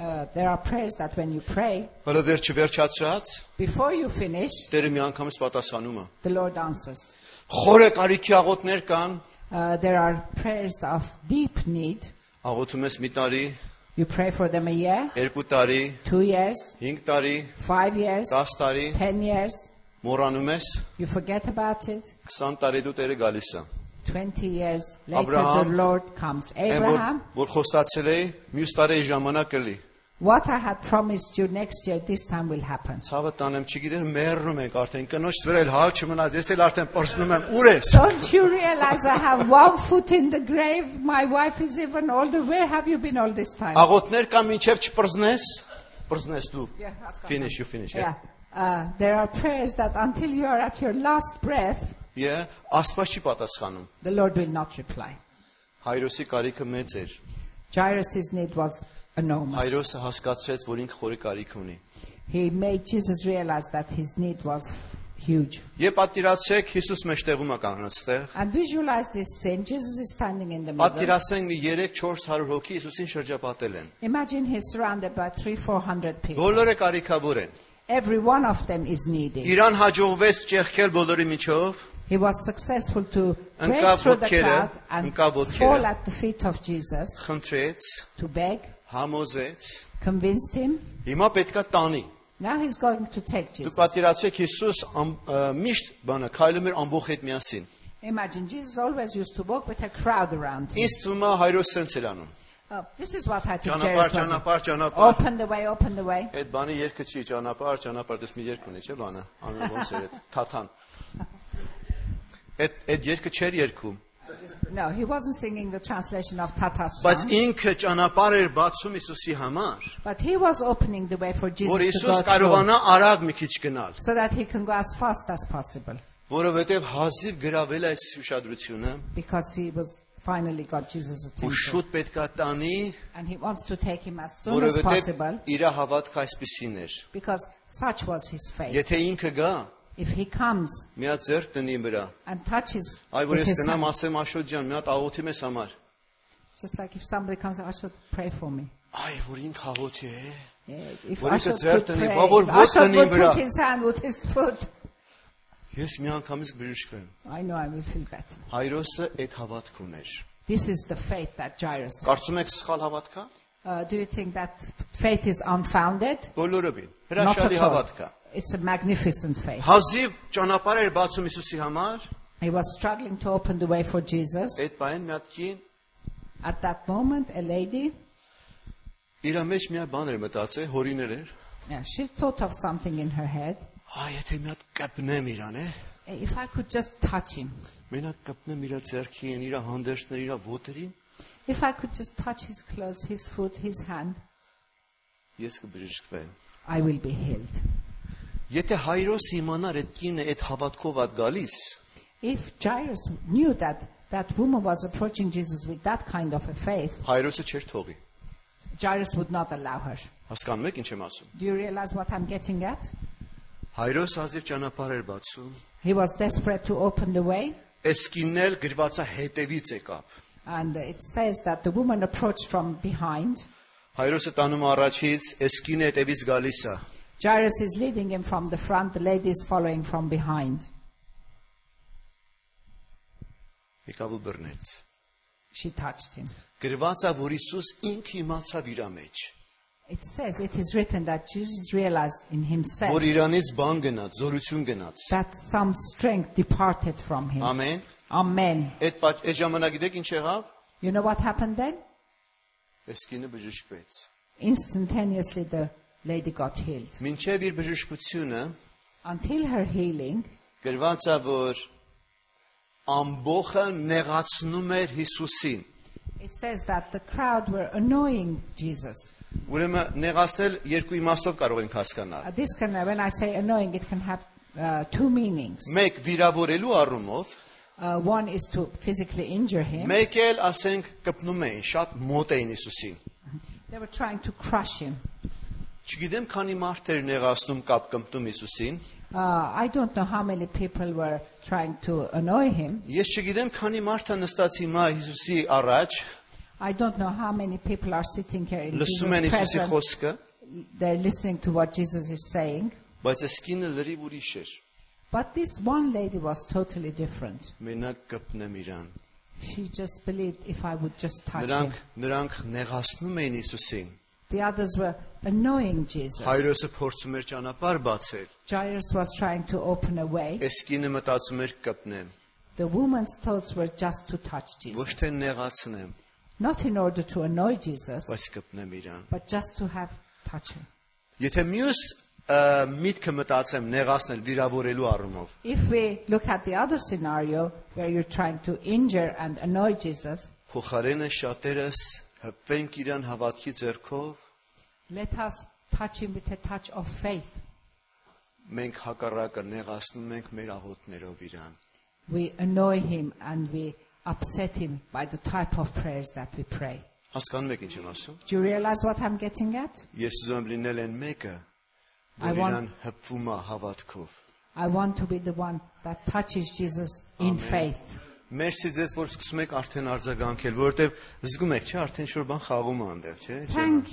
[SPEAKER 2] Uh, there are prayers that when you pray,
[SPEAKER 1] հələ դեռ չվերջացած,
[SPEAKER 2] before you finish,
[SPEAKER 1] Տերը մի անգամս պատասխանում է։
[SPEAKER 2] the Lord answers.
[SPEAKER 1] Խորը կարիքի աղոթներ կան,
[SPEAKER 2] Uh, there are prayers of deep need.
[SPEAKER 1] աղոթում ես մի տարի,
[SPEAKER 2] You pray for them a year,
[SPEAKER 1] երկու տարի,
[SPEAKER 2] two years,
[SPEAKER 1] 5 տարի,
[SPEAKER 2] five years,
[SPEAKER 1] 10 տարի,
[SPEAKER 2] ten years.
[SPEAKER 1] մոռանում ես,
[SPEAKER 2] You forget about it.
[SPEAKER 1] 20 տարի դու Տերը գալիս ես։
[SPEAKER 2] 20 years later,
[SPEAKER 1] Abraham.
[SPEAKER 2] the Lord comes.
[SPEAKER 1] Այն որ
[SPEAKER 2] Abraham,
[SPEAKER 1] որ խոստացել էի, մյուս տարի այս ժամանակը լի։
[SPEAKER 2] what I had promised you next year, this time will happen.
[SPEAKER 1] Ցավը տանեմ, չգիտեմ, մեռնում ենք արդեն, կնոջս վրա էլ հալ չմնաց, ես էլ արդեն պրծնում եմ, ուր ես։
[SPEAKER 2] Don't you realize I have one foot in the grave? My wife is even older. Where have you been all this time?
[SPEAKER 1] Աղոտներ կամ ինչև չպրզնես, պրզնես դու։
[SPEAKER 2] Yeah, հասկացա։
[SPEAKER 1] Finish, you finish,
[SPEAKER 2] Yeah.
[SPEAKER 1] yeah.
[SPEAKER 2] Uh, there are prayers that until you are at your last breath,
[SPEAKER 1] Yeah, Աստված չի պատասխանում։
[SPEAKER 2] the Lord will not reply.
[SPEAKER 1] Հայրոսի կարիքը մեծ էր։
[SPEAKER 2] Jairus' need was enormous.
[SPEAKER 1] Հայրոսը հասկացրեց, որ ինքը խորի կարիք ունի։
[SPEAKER 2] He made Jesus realize that his need was huge.
[SPEAKER 1] Եվ պատկերացեք, Հիսուս մեջտեղում է կանգնստեղ։
[SPEAKER 2] And visualize this scene. Jesus is standing in the middle.
[SPEAKER 1] Պատկերացնենք մի 3-400 հոգի Հիսուսին շրջապատել են։
[SPEAKER 2] Imagine he's surrounded by three, four hundred people.
[SPEAKER 1] Բոլորը կարիքավոր են։
[SPEAKER 2] Every one of them is needy.
[SPEAKER 1] Իրան հաջողվեց ճեղքել բոլորի միջով։
[SPEAKER 2] He was successful to break
[SPEAKER 1] Ընկավ
[SPEAKER 2] through the
[SPEAKER 1] ոտքերը,
[SPEAKER 2] crowd and
[SPEAKER 1] ընկավ ոտքերը։
[SPEAKER 2] fall at the feet of Jesus
[SPEAKER 1] խնդրեց,
[SPEAKER 2] to beg,
[SPEAKER 1] համոզեց։
[SPEAKER 2] convinced him.
[SPEAKER 1] Հիմա պետքա տանի։
[SPEAKER 2] Now he's going to take
[SPEAKER 1] Դու
[SPEAKER 2] Jesus.
[SPEAKER 1] պատկերացրեք Հիսուս ամ- ը, միշտ բանը քայլում էր ամբողջ հետ միասին։
[SPEAKER 2] Imagine Jesus always used to walk with a crowd around him.
[SPEAKER 1] Ինձ ցույց է հայրոս սենց էր անում։
[SPEAKER 2] Oh, this is what I think
[SPEAKER 1] Ճանապարհ,
[SPEAKER 2] Jairus was. doing.
[SPEAKER 1] ճանապարհ, ճանապարհ։
[SPEAKER 2] Open the way, open the way.
[SPEAKER 1] Այդ բանի երկը չի, ճանապարհ, ճանապարհ, դες մի երկ ունի, չէ՞ բանը, անունը ոնց էր այդ, թաթան։ Այդ այդ երկը չէր երգում,
[SPEAKER 2] No, he wasn't singing the translation of Tata
[SPEAKER 1] բայց
[SPEAKER 2] song,
[SPEAKER 1] ինքը ճանապարհ էր բացում Հիսուսի համար,
[SPEAKER 2] but he was opening the way for
[SPEAKER 1] որ
[SPEAKER 2] Jesus to go
[SPEAKER 1] Հիսուս
[SPEAKER 2] through,
[SPEAKER 1] կարողանա արագ մի քիչ գնալ։
[SPEAKER 2] so that he can go as fast as possible,
[SPEAKER 1] որովհետև հազիվ գրավել այս հուշադրությունը
[SPEAKER 2] because he was finally got Jesus'
[SPEAKER 1] ու
[SPEAKER 2] attention,
[SPEAKER 1] շուտ պետքա տանի,
[SPEAKER 2] and he wants to take him as soon as possible,
[SPEAKER 1] որովհետև իր հավատքը այսպեսին էր։
[SPEAKER 2] because such was his faith.
[SPEAKER 1] Եթե ինքը գա,
[SPEAKER 2] If he comes
[SPEAKER 1] միա ձեռք տնի վրա։
[SPEAKER 2] and touches
[SPEAKER 1] Այ որ ես
[SPEAKER 2] with his
[SPEAKER 1] գնամ
[SPEAKER 2] hand,
[SPEAKER 1] ասեմ Աշոտ ջան, մի հատ աղոթի մեզ համար։
[SPEAKER 2] just like if somebody comes, I should pray for me.
[SPEAKER 1] Այ որ ինք աղոթի է։
[SPEAKER 2] Yeah, Eh, if
[SPEAKER 1] Որ
[SPEAKER 2] I
[SPEAKER 1] ինքը
[SPEAKER 2] should
[SPEAKER 1] ձեռ
[SPEAKER 2] could
[SPEAKER 1] տնի,
[SPEAKER 2] pray,
[SPEAKER 1] բա որ
[SPEAKER 2] if I
[SPEAKER 1] ոտն
[SPEAKER 2] should
[SPEAKER 1] ինի
[SPEAKER 2] would
[SPEAKER 1] վրա։
[SPEAKER 2] put his hand with his foot.
[SPEAKER 1] Ես մի անգամից բժշկվեմ։
[SPEAKER 2] I know I will feel better.
[SPEAKER 1] Հայրոսը այդ հավատք ուներ։
[SPEAKER 2] This is the faith that Jairus had.
[SPEAKER 1] Կարծում եք սխալ հավատքա։
[SPEAKER 2] Uh, do you think that faith is unfounded?
[SPEAKER 1] Բոլորովին։
[SPEAKER 2] Not at
[SPEAKER 1] Հրաշալի
[SPEAKER 2] all.
[SPEAKER 1] հավատքա։
[SPEAKER 2] It's a magnificent faith.
[SPEAKER 1] Հազիվ ճանապարհ էր բացում Հիսուսի համար,
[SPEAKER 2] He was struggling to open the way for Jesus.
[SPEAKER 1] այդ բան մի հատ կին
[SPEAKER 2] At that moment, a lady,
[SPEAKER 1] իր մեջ մի հատ բան էր մտածել, հորիներ էր։
[SPEAKER 2] yeah, she thought of something in her head. Eh,
[SPEAKER 1] Այ եթե մի հատ կպնեմ իրան, է։
[SPEAKER 2] If I could just touch him,
[SPEAKER 1] Մենակ կպնեմ իր ձեռքին, իր հանդերձներ, իր ոտերին,
[SPEAKER 2] if I could just touch his clothes, his foot, his hand,
[SPEAKER 1] ես կբժշկվեմ։
[SPEAKER 2] I will be healed.
[SPEAKER 1] Եթե հայրոս իմանար այդ կինը այդ հավատքով ատ գալիս,
[SPEAKER 2] If Jairus knew that that woman was approaching Jesus with that kind of a faith,
[SPEAKER 1] հայրոսը չէր թողի։
[SPEAKER 2] Jairus would not allow her.
[SPEAKER 1] Հասկանում եք ինչ եմ ասում։
[SPEAKER 2] Do you realize what I'm getting at?
[SPEAKER 1] Հայրոս ազիվ ճանապարհ էր բացում։
[SPEAKER 2] He was desperate to open the way,
[SPEAKER 1] Այս կինն էլ գրվածա հետևից եկավ։
[SPEAKER 2] and it says that the woman approached from behind.
[SPEAKER 1] Հայրոսը տանում առաջից, այս կինը հետևից գալիս է։
[SPEAKER 2] Jairus is leading him from the front, the lady is following from behind.
[SPEAKER 1] Եկավ ու բռնեց։
[SPEAKER 2] She touched him.
[SPEAKER 1] Գրվածա, որ Հիսուս ինքը իմացավ իր մեջ,
[SPEAKER 2] It says, it is written that Jesus realized in himself
[SPEAKER 1] որ իրանից բան գնաց, զորություն գնաց։
[SPEAKER 2] that some strength departed from him.
[SPEAKER 1] Ամեն։
[SPEAKER 2] Amen.
[SPEAKER 1] Այդ պատ- այդ ժամանակ գիտեք ինչ եղավ։
[SPEAKER 2] You know what happened then?
[SPEAKER 1] Այս կինը բժշկվեց։
[SPEAKER 2] Instantaneously, the lady got healed.
[SPEAKER 1] Մինչև իր բժշկությունը
[SPEAKER 2] Until her healing,
[SPEAKER 1] գրված է, որ ամբողը նեղացնում էր Հիսուսին։
[SPEAKER 2] it says that the crowd were annoying Jesus.
[SPEAKER 1] Ուրեմն նեղացնել երկու իմաստով կարող ենք հասկանալ։
[SPEAKER 2] Uh, this can, uh, when I say annoying, it can have uh, two meanings.
[SPEAKER 1] Մեկ վիրավորելու առումով,
[SPEAKER 2] Uh, one is to physically injure him.
[SPEAKER 1] մեկ էլ ասենք կպնում էին, շատ մոտ էին Հիսուսին։
[SPEAKER 2] They were trying to crush him.
[SPEAKER 1] Չգիտեմ քանի մարդ էր նեղացնում կապ կմտում Հիսուսին։
[SPEAKER 2] Uh, I don't know how many people were trying to annoy him.
[SPEAKER 1] Ես չգիտեմ քանի մարդ է նստած հիմա Հիսուսի առաջ,
[SPEAKER 2] I don't know how many people are sitting here in
[SPEAKER 1] լսում են
[SPEAKER 2] Jesus'
[SPEAKER 1] Հիսուսի
[SPEAKER 2] presence.
[SPEAKER 1] խոսքը,
[SPEAKER 2] They're listening to what Jesus is saying.
[SPEAKER 1] բայց այս կինը լրիվ ուրիշ էր։
[SPEAKER 2] But this one lady was totally different.
[SPEAKER 1] մենակ կպնեմ իրան։
[SPEAKER 2] She just believed if I would just touch him.
[SPEAKER 1] Նրանք նրանք նեղացնում էին Հիսուսին։
[SPEAKER 2] The others were annoying Jesus.
[SPEAKER 1] Հայրոսը փորձում էր ճանապարհ բացել։
[SPEAKER 2] Jairus was trying to open a way.
[SPEAKER 1] Այս կինը մտածում էր կպնեմ,
[SPEAKER 2] The woman's thoughts were just to touch Jesus.
[SPEAKER 1] ոչ թե նեղացնեմ,
[SPEAKER 2] Not in order to annoy Jesus,
[SPEAKER 1] բայց կպնեմ իրան։
[SPEAKER 2] but just to have touch him.
[SPEAKER 1] Եթե մյուս ը, միտքը մտածեմ նեղացնել վիրավորելու առումով,
[SPEAKER 2] If we look at the other scenario where you're trying to injure and annoy Jesus,
[SPEAKER 1] փոխարենը շատերս հպվենք իրան հավատքի ձեռքով,
[SPEAKER 2] let us touch him with a touch of faith.
[SPEAKER 1] մենք հակառակը նեղացնում ենք մեր աղոթներով իրան։
[SPEAKER 2] We annoy him and we upset him by the type of prayers that we pray.
[SPEAKER 1] Հասկանում եք ինչ եմ ասում։
[SPEAKER 2] Do you realize what I'm getting at?
[SPEAKER 1] Ես ուզում եմ լինել այն մեկը,
[SPEAKER 2] I
[SPEAKER 1] որ
[SPEAKER 2] want-
[SPEAKER 1] իրան հպվում է հավատքով։
[SPEAKER 2] I want to be the one that touches Jesus in faith.
[SPEAKER 1] Մերսի ձեզ, որ սկսում եք արդեն արձագանքել, որովհետև զգում եք, չէ, արդեն շուտ բան խաղում է անդեղ, չէ՞։ չէ՞։
[SPEAKER 2] Thank,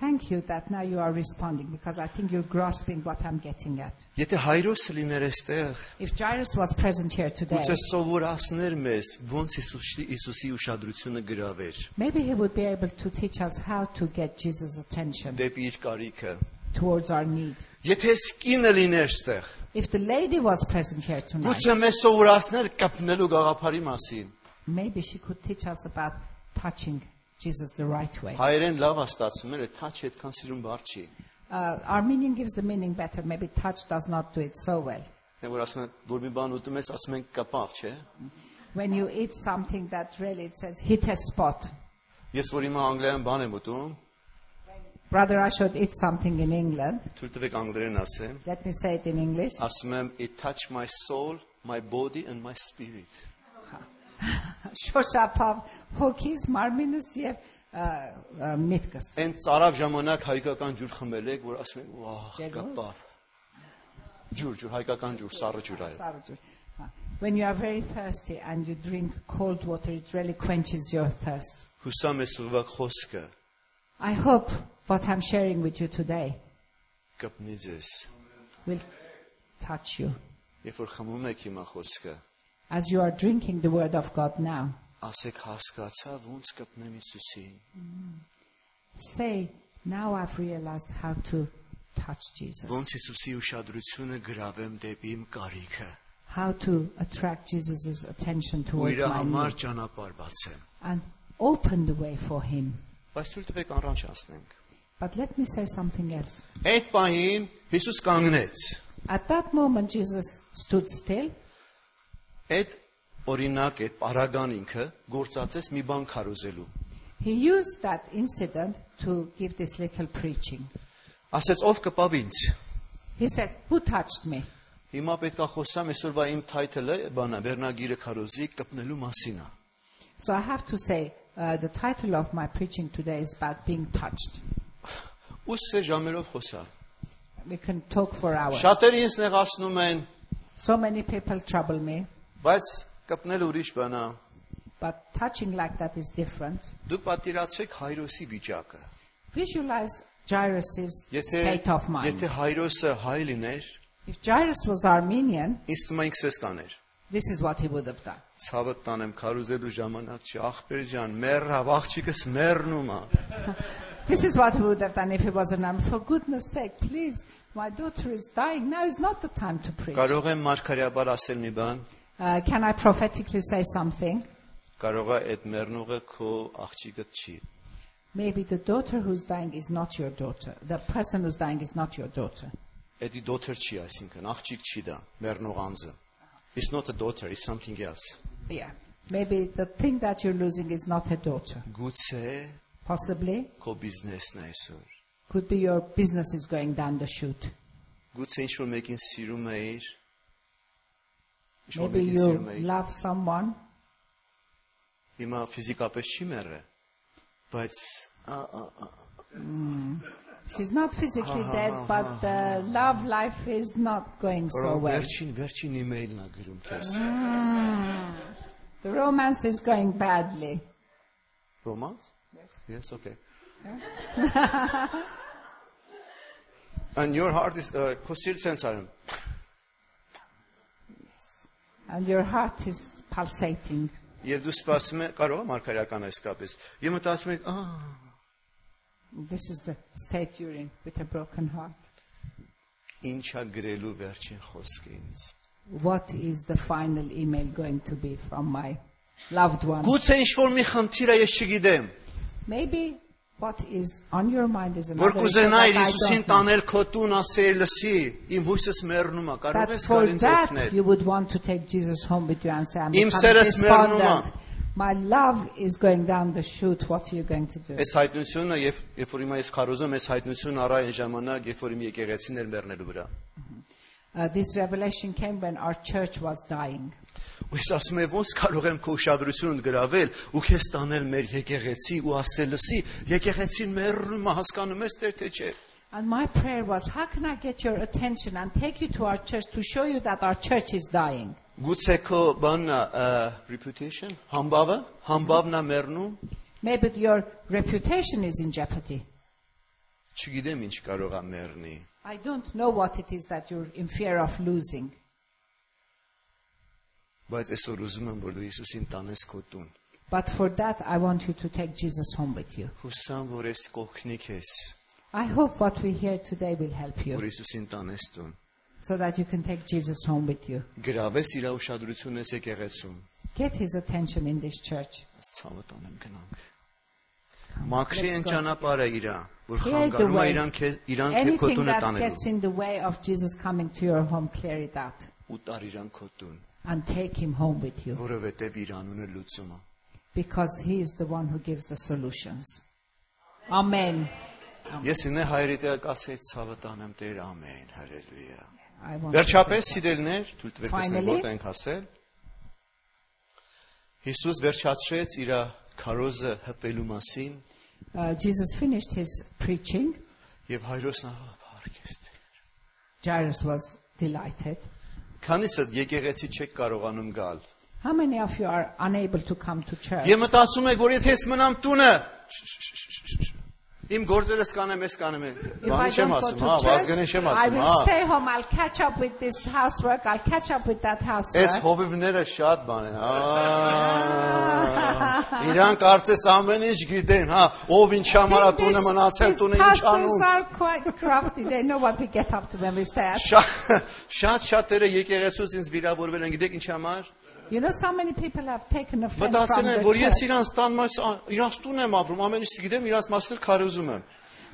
[SPEAKER 2] thank you that now you are responding because I think you're grasping what I'm getting at.
[SPEAKER 1] Եթե հայրոսը լիներ այստեղ,
[SPEAKER 2] If Jairus was present here today,
[SPEAKER 1] ուծե սովորածներ մեզ, ոնց Հիսուսի Հիսուսի ուշադրությունը գրավեր
[SPEAKER 2] maybe he would be able to teach us how to get Jesus' attention
[SPEAKER 1] դեպի իր կարիքը,
[SPEAKER 2] towards our need.
[SPEAKER 1] Եթե ես կինը լիներ ստեղ,
[SPEAKER 2] If the lady was present here tonight,
[SPEAKER 1] գուցե մեզ սովորացներ կապնելու գաղափարի մասին։
[SPEAKER 2] maybe she could teach us about touching Jesus the right way.
[SPEAKER 1] Հայերեն լավ է ստացվում, էլ թաչ այդքան սիրուն բառ չի։
[SPEAKER 2] Uh, Armenian gives the meaning better. Maybe touch does not do it so well.
[SPEAKER 1] Դե որ ասում են, որ մի բան ուտում ես, ասում են կապավ, չէ՞։
[SPEAKER 2] When you eat something that really it says hit a spot.
[SPEAKER 1] Ես որ հիմա անգլերեն բան եմ ուտում,
[SPEAKER 2] Brother Ashot eats something in England.
[SPEAKER 1] թույլ տվեք անգլերեն ասեմ։
[SPEAKER 2] Let me say it in English. (laughs)
[SPEAKER 1] Ասում եմ, it touched my soul, my body and my spirit։
[SPEAKER 2] Շոշափավ հոգիս մարմինս եւ ա, ա, միտքս։
[SPEAKER 1] Այն ծարավ ժամանակ հայկական ջուր խմել եք, որ ասում են, «Վահ,
[SPEAKER 2] Ջեր ո՞ր»։
[SPEAKER 1] կապավ»։ Ջուր, ջուր, հայկական ջուր, սառը ջուր այո։
[SPEAKER 2] Սառը հա։ When you are very thirsty and you drink cold water it really quenches your thirst.
[SPEAKER 1] Հուսամ ես ուրվակ խոսքը
[SPEAKER 2] I hope what I'm sharing with you today
[SPEAKER 1] կպնի ձեզ։
[SPEAKER 2] will touch you.
[SPEAKER 1] Երբ որ խմում եք հիմա խոսքը,
[SPEAKER 2] As you are drinking the word of God now,
[SPEAKER 1] ասեք հասկացա, ոնց կպնեմ Հիսուսին։
[SPEAKER 2] say, now I've realized how to touch Jesus,
[SPEAKER 1] Ոնց Հիսուսի ուշադրությունը գրավեմ դեպի իմ կարիքը։
[SPEAKER 2] how to attract Jesus' attention
[SPEAKER 1] Ու
[SPEAKER 2] towards
[SPEAKER 1] իր
[SPEAKER 2] my need,
[SPEAKER 1] համար ճանապարհ բացեմ։
[SPEAKER 2] and open the way for him.
[SPEAKER 1] Բայց ցույց տվեք առանց ասնենք։
[SPEAKER 2] But let me say something else.
[SPEAKER 1] Այդ պահին Հիսուս կանգնեց։
[SPEAKER 2] At that moment, Jesus stood still.
[SPEAKER 1] Այդ օրինակ այդ պարագան ինքը գործածեց մի բան քարոզելու։
[SPEAKER 2] He used that incident to give this little preaching.
[SPEAKER 1] Ասեց ով կպավ ինձ։
[SPEAKER 2] He said, Who touched me?
[SPEAKER 1] Հիմա պետքա խոսամ այսօրվա իմ title-ը, բանա, վերնագիրը քարոզի կպնելու մասին է։
[SPEAKER 2] So I have to say, uh, the title of my preaching today is about being touched.
[SPEAKER 1] Ուսս ժամերով խոսա։
[SPEAKER 2] We can talk for hours.
[SPEAKER 1] Շատերը ինձ նեղացնում են,
[SPEAKER 2] So many people trouble me,
[SPEAKER 1] բայց կպնել ուրիշ բանա։
[SPEAKER 2] but touching like that is different.
[SPEAKER 1] Դուք պատկերացրեք հայրոսի վիճակը։
[SPEAKER 2] Visualize Jairus'
[SPEAKER 1] Եթե
[SPEAKER 2] state of mind.
[SPEAKER 1] եթե հայրոսը հայ լիներ,
[SPEAKER 2] If Jairus was Armenian,
[SPEAKER 1] ինձ թվում է ինքս էս կաներ։
[SPEAKER 2] this is what he would have done.
[SPEAKER 1] Ցավը տանեմ քարոզելու ժամանակ չի, ախպեր ջան, մեռավ, աղջիկս մեռնում է։
[SPEAKER 2] This is what he would have done if he was an Armenian. For goodness sake, please, my daughter is dying. Now is not the time to preach.
[SPEAKER 1] Կարող եմ մարգարեաբար ասել մի բան։
[SPEAKER 2] Uh, can I prophetically say something?
[SPEAKER 1] Կարող է այդ մեռնողը քո աղջիկդ չի։
[SPEAKER 2] Maybe the daughter who's dying is not your daughter. The person who's dying is not your daughter.
[SPEAKER 1] Էդի daughter չի, այսինքն աղջիկ չի դա, մեռնող անձը։ It's not a daughter, it's something else։
[SPEAKER 2] Yeah. Maybe the thing that you're losing is not a daughter.
[SPEAKER 1] Գուցե
[SPEAKER 2] Possibly.
[SPEAKER 1] քո բիզնեսն է այսօր։
[SPEAKER 2] Could be your business is going down the chute.
[SPEAKER 1] Գուցե ինչ որ մեկին սիրում էիր։ Ինչ որ
[SPEAKER 2] Maybe
[SPEAKER 1] մեկին
[SPEAKER 2] you
[SPEAKER 1] սիրում էիր։
[SPEAKER 2] love someone.
[SPEAKER 1] Հիմա ֆիզիկապես չի մեռը, բայց ա, ա, ա,
[SPEAKER 2] She's not physically dead, but the love life is not going so
[SPEAKER 1] որով
[SPEAKER 2] well.
[SPEAKER 1] վերջին վերջին email-ն է գրում քեզ։
[SPEAKER 2] The romance is going badly.
[SPEAKER 1] Romance? Yes. Yes, okay. And your heart is uh, քո սիրտ sense արեմ։
[SPEAKER 2] And your heart is pulsating.
[SPEAKER 1] Եվ դու սպասում ես, կարող է մարգարեական այսկապես։ Եվ մտածում ես, «Ահ,
[SPEAKER 2] This is the state you're in with a broken heart.
[SPEAKER 1] ինչա գրելու վերջին խոսքը ինձ»։
[SPEAKER 2] What is the final email going to be from my loved one?
[SPEAKER 1] Գուցե ինչ որ մի խնդիր է, ես չգիտեմ,
[SPEAKER 2] Maybe what is on your mind is another
[SPEAKER 1] որ կուզենայիր
[SPEAKER 2] issue that I
[SPEAKER 1] Հիսուսին
[SPEAKER 2] don't know.
[SPEAKER 1] տանել քո տուն, ասել լսի, իմ հույսս մեռնում է, կարող
[SPEAKER 2] That
[SPEAKER 1] ես
[SPEAKER 2] for
[SPEAKER 1] գալ ինձ
[SPEAKER 2] that
[SPEAKER 1] օգնել։
[SPEAKER 2] you would want to take Jesus home with you and say, I'm
[SPEAKER 1] Իմ
[SPEAKER 2] becoming
[SPEAKER 1] սերս մեռնում ա։
[SPEAKER 2] despondent. My love is going down the chute. What are you going to do?
[SPEAKER 1] Այս հայտնությունը, երբ երբ որ հիմա ես քարոզում, այս հայտնությունը առա այն ժամանակ, երբ որ իմ եկեղեցին էր մեռնելու վրա։
[SPEAKER 2] Uh, this revelation came when our church was dying.
[SPEAKER 1] Ու ես ասում եմ ոնց կարող եմ քո ուշադրությունը գրավել ու քեզ տանել մեր եկեղեցի ու ասել լսի եկեղեցին մեռնում է հասկանում ես դեր թե չէ
[SPEAKER 2] And my prayer was, how can I get your attention and take you to our church to show you that our church is dying?
[SPEAKER 1] գուցե քո բանն ա, ա, reputation համբավը համբավն է մեռնում
[SPEAKER 2] Maybe your reputation is in jeopardy.
[SPEAKER 1] չգիտեմ ինչ կարող է մեռնի
[SPEAKER 2] I don't know what it is that you're in fear of losing.
[SPEAKER 1] բայց այսօր ուզում եմ որ դու Հիսուսին տանես քո տուն
[SPEAKER 2] But for that, I want you to take Jesus home with you.
[SPEAKER 1] հուսամ որ ես կօգնի քեզ
[SPEAKER 2] I hope what we hear today will help you
[SPEAKER 1] որ Հիսուսին տանես տուն։
[SPEAKER 2] so that you can take Jesus home with you.
[SPEAKER 1] Գրավես իր ուշադրությունն ես եկեղեցում։
[SPEAKER 2] Get his attention in this church.
[SPEAKER 1] Այս ցավը տանեմ գնանք։ Մաքրի են ճանապարհը իրա, որ
[SPEAKER 2] Clear the
[SPEAKER 1] խանգարում է
[SPEAKER 2] way.
[SPEAKER 1] իրան քե- իրան քե- քո
[SPEAKER 2] Anything
[SPEAKER 1] տունը
[SPEAKER 2] that
[SPEAKER 1] տանելու։
[SPEAKER 2] gets in the way of Jesus coming to your home, clear it out
[SPEAKER 1] Ու տար իրան քո տուն,
[SPEAKER 2] and take him home with you
[SPEAKER 1] որովհետև իր անունը լուծում է։
[SPEAKER 2] because he is the one who gives the solutions. Amen.
[SPEAKER 1] Ես ինե հայրիկը ասեց ցավը տանեմ Տեր ամեն, հալելույա։
[SPEAKER 2] I want
[SPEAKER 1] Վերջապես սիրելներ, թույլ տվեք ես
[SPEAKER 2] Finally.
[SPEAKER 1] նորտ ենք ասել։ Հիսուս վերջացրեց իր քարոզը հպելու մասին
[SPEAKER 2] uh, Jesus finished his preaching.
[SPEAKER 1] եւ հայրոսն ահարկեց։
[SPEAKER 2] Jairus was delighted.
[SPEAKER 1] Քանիսը եկեղեցի չեք կարողանում գալ։
[SPEAKER 2] How many of you are unable to come to church?
[SPEAKER 1] Եմ մտածում եք, որ եթե ես մնամ տունը իմ գործերս կանեմ, ես կանեմ։
[SPEAKER 2] If
[SPEAKER 1] Բանի
[SPEAKER 2] I don't
[SPEAKER 1] չեմ
[SPEAKER 2] go
[SPEAKER 1] ասում,
[SPEAKER 2] to
[SPEAKER 1] հա,
[SPEAKER 2] church,
[SPEAKER 1] վազգնեն չեմ
[SPEAKER 2] I
[SPEAKER 1] ասում,
[SPEAKER 2] will
[SPEAKER 1] հա։
[SPEAKER 2] stay home. I'll catch up with this housework. I'll catch up with that housework.
[SPEAKER 1] Այս հովիվները շատ բան են։ հա։ Ա, Իրան կարծես ամեն ինչ գիտեն, հա, ով ինչ համար է տունը մնացել, տունը ինչ
[SPEAKER 2] pastors
[SPEAKER 1] անում։
[SPEAKER 2] are quite crafty. They know what we get up to when we stay at.
[SPEAKER 1] Շատ շատ շատերը եկեղեցուց ինձ վիրավորվել են, գիտեք ինչ համար։
[SPEAKER 2] You know, so many people have taken offense from
[SPEAKER 1] Մտածել
[SPEAKER 2] the
[SPEAKER 1] են, որ ես
[SPEAKER 2] church.
[SPEAKER 1] իրանց տան մաս իրանց տուն եմ ապրում, ամեն ինչ գիտեմ, իրանց մասն էլ քարոզում եմ։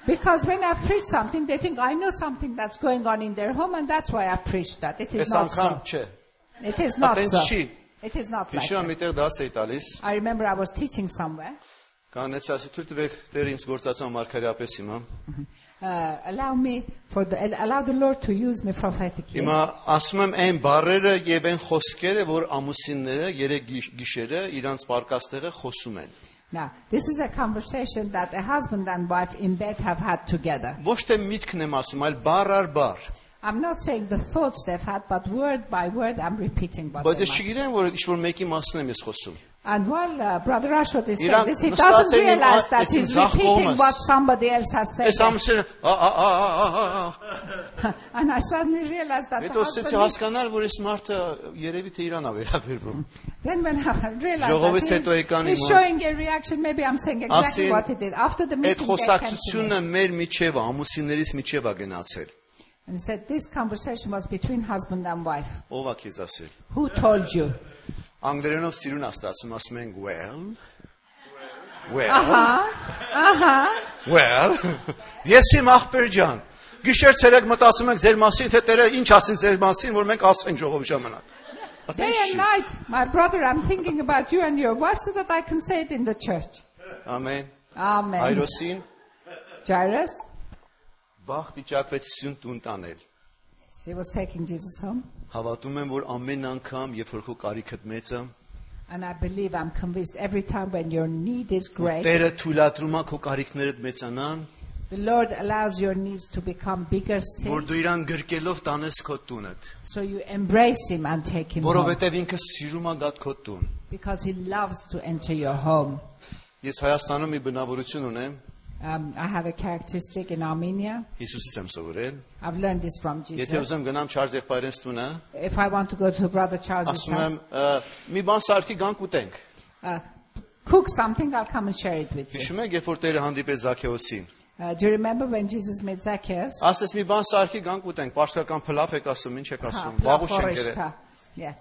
[SPEAKER 2] Because when I preach something, they think I know something that's going on in their home, and that's why I preach that. It is
[SPEAKER 1] Այս
[SPEAKER 2] not
[SPEAKER 1] անգամ
[SPEAKER 2] so.
[SPEAKER 1] չէ։
[SPEAKER 2] It is not
[SPEAKER 1] Atenci.
[SPEAKER 2] so. It is not like
[SPEAKER 1] Հիշում
[SPEAKER 2] that.
[SPEAKER 1] եմ միտեղ դաս էի տալիս։
[SPEAKER 2] I remember I was teaching somewhere.
[SPEAKER 1] Կանեց ասի թույլ տվեք Տեր ինձ գործածան մարգարեապես հիմա։
[SPEAKER 2] Uh, allow me for the al- allow the Lord to use me prophetically.
[SPEAKER 1] Հիմա ասում եմ այն բարերը եւ այն խոսքերը, որ ամուսինները երեք գիշ- գիշերը իրանց պարկաստեղը խոսում են։
[SPEAKER 2] Now, this is a conversation that a husband and wife in bed have had together.
[SPEAKER 1] Ոչ թե միտքն եմ ասում, այլ բար առ բար։
[SPEAKER 2] I'm not saying the thoughts they've had, but word by word, I'm repeating what
[SPEAKER 1] Բայց
[SPEAKER 2] they
[SPEAKER 1] ես
[SPEAKER 2] might.
[SPEAKER 1] չգիտեմ, որ ինչ որ մեկի մասն եմ ես խոսում։
[SPEAKER 2] And while uh, Brother Rashid is saying
[SPEAKER 1] Iran-
[SPEAKER 2] this, he
[SPEAKER 1] Mr.
[SPEAKER 2] doesn't
[SPEAKER 1] Atsenin,
[SPEAKER 2] realize
[SPEAKER 1] uh,
[SPEAKER 2] that
[SPEAKER 1] this
[SPEAKER 2] he's
[SPEAKER 1] is Zach
[SPEAKER 2] repeating
[SPEAKER 1] Thomas.
[SPEAKER 2] what somebody else has said.
[SPEAKER 1] Այս ամուսինը «Ա, ա, ա, ա, ա, ա, ա»։
[SPEAKER 2] (laughs) And I suddenly realized that the
[SPEAKER 1] հետո ցեցի
[SPEAKER 2] husband...
[SPEAKER 1] հասկանալ, որ այս մարդը երևի թե իրան է վերաբերվում։
[SPEAKER 2] Then when I (laughs)
[SPEAKER 1] Ժողովից
[SPEAKER 2] realized
[SPEAKER 1] հետո
[SPEAKER 2] that
[SPEAKER 1] եկան
[SPEAKER 2] he's, he's
[SPEAKER 1] իմ-
[SPEAKER 2] showing a reaction, maybe I'm saying exactly
[SPEAKER 1] Ասին,
[SPEAKER 2] what he did. After the
[SPEAKER 1] Այդ
[SPEAKER 2] meeting, they came to me.
[SPEAKER 1] խոսակցությունը մեր միջև է, ամուսիններից միջև է գնացել։
[SPEAKER 2] And he said, this conversation was between husband and wife.
[SPEAKER 1] Ո՞վ է քեզ ասել։
[SPEAKER 2] Who told you?
[SPEAKER 1] Անգլերենով սիրուն աստացում ասում են well well
[SPEAKER 2] Ահա, ահա,
[SPEAKER 1] Uh-huh. well ես իմ ախպեր ջան գիշեր ցերեկ մտածում ենք ձեր մասին թե Տերը ինչ ասին ձեր մասին որ մենք ասենք ժողովի ժամանակ Ատե
[SPEAKER 2] day and
[SPEAKER 1] շի,
[SPEAKER 2] night, my brother, I'm thinking about you and your wife so that I can say it in the church.
[SPEAKER 1] ամեն
[SPEAKER 2] Amen.
[SPEAKER 1] այրոսին
[SPEAKER 2] Jairus,
[SPEAKER 1] բախտ իջակվեց սյուն տուն տանել
[SPEAKER 2] he was taking Jesus home.
[SPEAKER 1] հավատում եմ որ ամեն անգամ երբ որ քո կարիքդ մեծը
[SPEAKER 2] And I believe, I'm convinced every time when your need is great,
[SPEAKER 1] Տերը թույլատրում է քո կարիքներդ մեծանան
[SPEAKER 2] the Lord allows your needs to become bigger still.
[SPEAKER 1] որ դու իրան գրկելով տանես քո տունդ
[SPEAKER 2] So you embrace Him and take Him home.
[SPEAKER 1] որովհետև ինքը սիրում է գատ քո տուն
[SPEAKER 2] Because He loves to enter your home.
[SPEAKER 1] ես Հայաստանում մի բնավորություն ունեմ
[SPEAKER 2] Um, I have a characteristic in Armenia.
[SPEAKER 1] Հիսուսից եմ սովորել։
[SPEAKER 2] I've learned this from
[SPEAKER 1] Եթե
[SPEAKER 2] Jesus.
[SPEAKER 1] ուզեմ գնամ Չարլզ եղբայրենց տունը,
[SPEAKER 2] If I want to go to Brother Charles's
[SPEAKER 1] ասում
[SPEAKER 2] house,
[SPEAKER 1] եմ՝ «Ա, մի բան սարքի գանք ուտենք։
[SPEAKER 2] uh, cook something, I'll come and share it with you.
[SPEAKER 1] Հիշում եք, երբ որ Տերը հանդիպեց Զաքեոսին։
[SPEAKER 2] Uh, do you remember when Jesus met Zacchaeus?
[SPEAKER 1] Ասես մի բան սարքի գանք ուտենք, պարսկական փլավ եք ասում, ինչ եք
[SPEAKER 2] Ah,
[SPEAKER 1] ասում։ Բաղուշ են գրել,
[SPEAKER 2] Plahorishka. Yeah.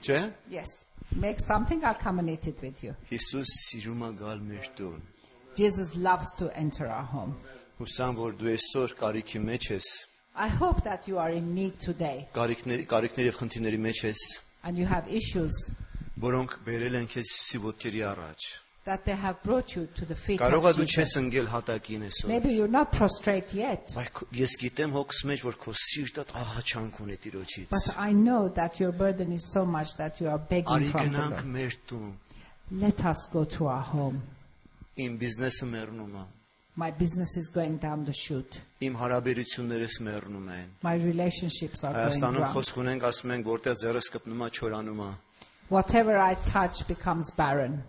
[SPEAKER 1] չէ՞։
[SPEAKER 2] Yes. Make something, I'll come and eat it with you.
[SPEAKER 1] Հիսուս սիրում է գալ մեր տուն։
[SPEAKER 2] Jesus loves to enter our home.
[SPEAKER 1] Հուսամ որ դու այսօր կարիքի մեջ ես,
[SPEAKER 2] I hope that you are in need today
[SPEAKER 1] կարիքների կարիքների եւ խնդիրների մեջ ես,
[SPEAKER 2] and you have issues
[SPEAKER 1] որոնք բերել են քեզ Հիսուսի ոտքերի առաջ։
[SPEAKER 2] that they have brought you to the feet
[SPEAKER 1] Կարող ես
[SPEAKER 2] of
[SPEAKER 1] դու
[SPEAKER 2] Jesus.
[SPEAKER 1] չես ընկել հատակին այսօր։
[SPEAKER 2] Maybe you're not prostrate yet,
[SPEAKER 1] Բայց քո- ես գիտեմ հոգս մեջ որ քո սիրտդ ահաչանք ունի Տիրոջից։
[SPEAKER 2] but I know that your burden is so much that you are begging
[SPEAKER 1] Արի
[SPEAKER 2] from the
[SPEAKER 1] գնանք
[SPEAKER 2] Lord.
[SPEAKER 1] մեր տուն։
[SPEAKER 2] Let us go to our home.
[SPEAKER 1] Իմ բիզնեսը մեռնում է։
[SPEAKER 2] My business is going down the chute.
[SPEAKER 1] Իմ հարաբերություններս մեռնում են։
[SPEAKER 2] My relationships are going
[SPEAKER 1] Հայաստանում
[SPEAKER 2] down.
[SPEAKER 1] խոսք ունենք, ասում ենք, որտեղ ձեռս կպնում է, չորանում է։
[SPEAKER 2] Whatever I touch becomes barren.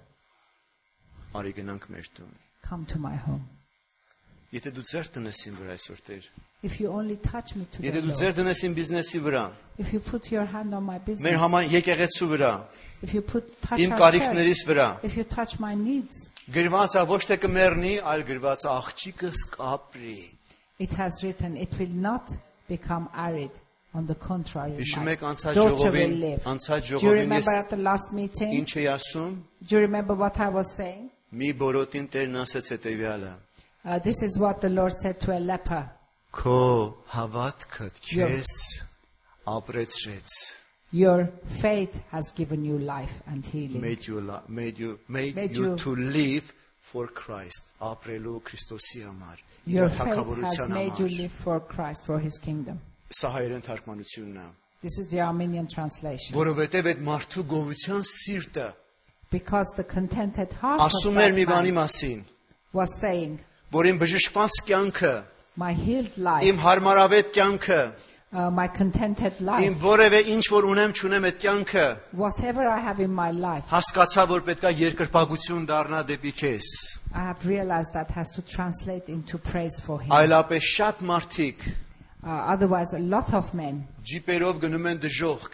[SPEAKER 1] Արի գնանք մեր տուն։
[SPEAKER 2] Come to my home.
[SPEAKER 1] Եթե դու ձեր տնես իմ վրա այսօր Տեր,
[SPEAKER 2] If you only touch me today,
[SPEAKER 1] եթե դու
[SPEAKER 2] Lord,
[SPEAKER 1] ձեր տնես իմ բիզնեսի վրա,
[SPEAKER 2] if you put your hand on my
[SPEAKER 1] մեր
[SPEAKER 2] business,
[SPEAKER 1] համար եկեղեցու վրա,
[SPEAKER 2] if you put touch
[SPEAKER 1] իմ
[SPEAKER 2] our church,
[SPEAKER 1] կարիքներիս վրա,
[SPEAKER 2] if you touch my needs,
[SPEAKER 1] գրվածա ոչ թե կմեռնի, այլ գրվածա աղջիկս կապրի։
[SPEAKER 2] It has written, it will not become arid. On the contrary,
[SPEAKER 1] Հիշում
[SPEAKER 2] my
[SPEAKER 1] եք անցած
[SPEAKER 2] daughter will
[SPEAKER 1] ժողովին,
[SPEAKER 2] live.
[SPEAKER 1] անցած
[SPEAKER 2] Do you
[SPEAKER 1] ժողովին ես
[SPEAKER 2] remember at the last meeting?
[SPEAKER 1] ինչ էի ասում,
[SPEAKER 2] Do you remember what I was saying?
[SPEAKER 1] մի բորոտին Տերն ասաց հետեւյալը.
[SPEAKER 2] Uh, this is what the Lord said to a leper.
[SPEAKER 1] Քո հավատքդ քեզ ապրեցրեց։
[SPEAKER 2] Your faith has given you life and healing.
[SPEAKER 1] Made you li- made you made,
[SPEAKER 2] Made
[SPEAKER 1] you
[SPEAKER 2] you-
[SPEAKER 1] to live for Christ, ապրելու Քրիստոսի համար, իր
[SPEAKER 2] Your faith has
[SPEAKER 1] թակավորության
[SPEAKER 2] made you
[SPEAKER 1] համար։
[SPEAKER 2] live for Christ, for his kingdom.
[SPEAKER 1] Սա հայերեն թարգմանությունն է։
[SPEAKER 2] This is the Armenian translation.
[SPEAKER 1] Որովհետև այդ մարդու գովության սիրտը
[SPEAKER 2] Because the contented heart of
[SPEAKER 1] ասում էր
[SPEAKER 2] that
[SPEAKER 1] մի բանի
[SPEAKER 2] man
[SPEAKER 1] մասին,
[SPEAKER 2] was saying,
[SPEAKER 1] որին բժշկված կյանքը,
[SPEAKER 2] my healed life,
[SPEAKER 1] իմ հարմարավետ կյանքը,
[SPEAKER 2] uh, my contented
[SPEAKER 1] իմ
[SPEAKER 2] life,
[SPEAKER 1] որևէ ինչ որ ունեմ, չունեմ այդ կյանքը,
[SPEAKER 2] whatever I have in my life,
[SPEAKER 1] հասկացա, որ պետքա երկրպագություն դառնա դեպի քեզ։
[SPEAKER 2] I have realized that has to translate into praise for him.
[SPEAKER 1] Այլապես շատ մարդիկ
[SPEAKER 2] Uh, otherwise, a lot of men
[SPEAKER 1] ջիպերով գնում են դժողք,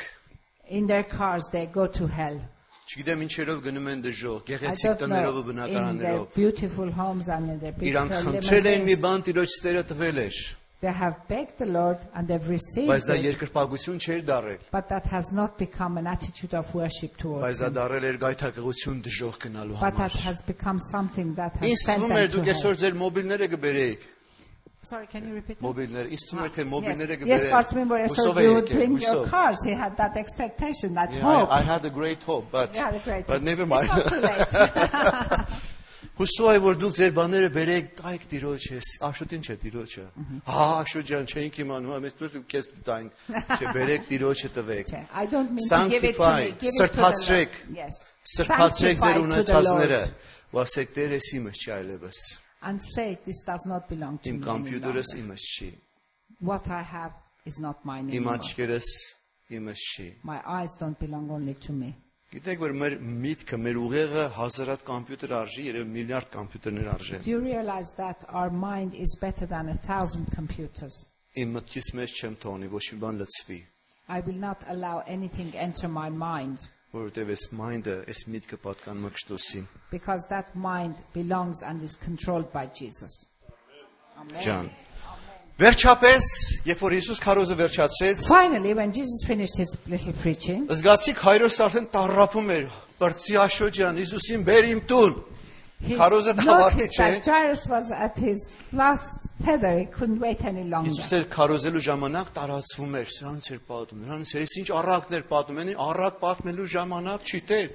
[SPEAKER 2] in their cars, they go to hell.
[SPEAKER 1] չգիտեմ ինչերով գնում են դժողք,
[SPEAKER 2] I
[SPEAKER 1] գեղեցիկ
[SPEAKER 2] don't
[SPEAKER 1] տներով ու
[SPEAKER 2] know, in their
[SPEAKER 1] բնակարաններով։
[SPEAKER 2] beautiful homes and in their
[SPEAKER 1] Իրանք
[SPEAKER 2] beautiful
[SPEAKER 1] խնդրել են մի
[SPEAKER 2] limousines,
[SPEAKER 1] բան տիրոջ ստերը տվել էր,
[SPEAKER 2] they have begged the Lord and they've
[SPEAKER 1] բայց
[SPEAKER 2] received
[SPEAKER 1] դա
[SPEAKER 2] it,
[SPEAKER 1] երկրպագություն չէր դարել,
[SPEAKER 2] but that has not become an attitude of worship towards
[SPEAKER 1] բայց դա
[SPEAKER 2] him.
[SPEAKER 1] դարել էր գայթակղություն դժող գնալու
[SPEAKER 2] But that
[SPEAKER 1] համար։
[SPEAKER 2] has become something that
[SPEAKER 1] Ինչ
[SPEAKER 2] has sent
[SPEAKER 1] թվում էր
[SPEAKER 2] them
[SPEAKER 1] դուք
[SPEAKER 2] to hell.
[SPEAKER 1] այսօր ձեր մոբիլները կբերեիք։
[SPEAKER 2] Sorry, can you repeat that?
[SPEAKER 1] Մոբիլները, ինչ թվում էր թե մոբիլները
[SPEAKER 2] Ah, Yes, yes, but remember,
[SPEAKER 1] կբերեիք։ Հուսով էի
[SPEAKER 2] I said you would
[SPEAKER 1] եկել,
[SPEAKER 2] bring your
[SPEAKER 1] հուսով։
[SPEAKER 2] cars. He had that expectation, that
[SPEAKER 1] Yeah, I, I
[SPEAKER 2] hope.
[SPEAKER 1] had a great hope, but
[SPEAKER 2] Yeah, the great
[SPEAKER 1] but
[SPEAKER 2] hope.
[SPEAKER 1] never
[SPEAKER 2] It's
[SPEAKER 1] mind.
[SPEAKER 2] not too
[SPEAKER 1] (laughs)
[SPEAKER 2] late.
[SPEAKER 1] Հուսով եմ որ դուք ձեր բաները բերեք տայք տիրոջը, աշուտին չէ տիրոջը։ Հա, աշուտ ջան, չենք իմանում, ամեն դուք քեզ տանք, չէ,
[SPEAKER 2] (laughs)
[SPEAKER 1] բերեք տիրոջը տվեք։
[SPEAKER 2] Okay, I don't mean to give it to
[SPEAKER 1] Sanctify,
[SPEAKER 2] me. Give it to the Lord.
[SPEAKER 1] սրբացրեք,
[SPEAKER 2] Yes.
[SPEAKER 1] Սրբացրեք
[SPEAKER 2] Sanctify
[SPEAKER 1] ձեր
[SPEAKER 2] to the
[SPEAKER 1] ունեցածները,
[SPEAKER 2] Lord
[SPEAKER 1] ու ասեք Տեր, ես իմս չի այլևս։
[SPEAKER 2] And say this does not belong to
[SPEAKER 1] Իմ
[SPEAKER 2] me. any longer.
[SPEAKER 1] համբյուտերս իմս չի,
[SPEAKER 2] What I have is not mine
[SPEAKER 1] իմ
[SPEAKER 2] anymore.
[SPEAKER 1] աչքերս իմս չի։
[SPEAKER 2] My eyes don't belong only to me.
[SPEAKER 1] Գիտեք որ մեր միտքը, մեր ուղեղը հազարատ համբյուտեր արժի, երբ միլիարդ համբյուտերներ արժեն։
[SPEAKER 2] Do you realize that our mind is better than a thousand computers?
[SPEAKER 1] Իմ մտքից մեջ չեմ թողնի, ոչ մի բան լծվի,
[SPEAKER 2] I will not allow anything enter my mind
[SPEAKER 1] որովհետև այս mind-ը, այս միտքը պատկանում է Քրիստոսին։
[SPEAKER 2] because that mind belongs and is controlled by Jesus. Amen.
[SPEAKER 1] Ջան։ Վերջապես, երբ որ Հիսուս քարոզը վերջացրեց,
[SPEAKER 2] Finally, when Jesus finished his little preaching,
[SPEAKER 1] զգացի քայրոս արդեն տարապում էր։ Բրցի Աշո ջան, Հիսուսին բեր իմ տուն։
[SPEAKER 2] he
[SPEAKER 1] Քարոզը դավարտի
[SPEAKER 2] noticed
[SPEAKER 1] չէ։
[SPEAKER 2] that Jairus was at his last tether. He couldn't wait any longer.
[SPEAKER 1] Հիսուսը քարոզելու ժամանակ տարածվում էր, սրանց էր պատում։ Նրանց էր ինչ առակներ պատում, այն առակ պատմելու ժամանակ չիտեր։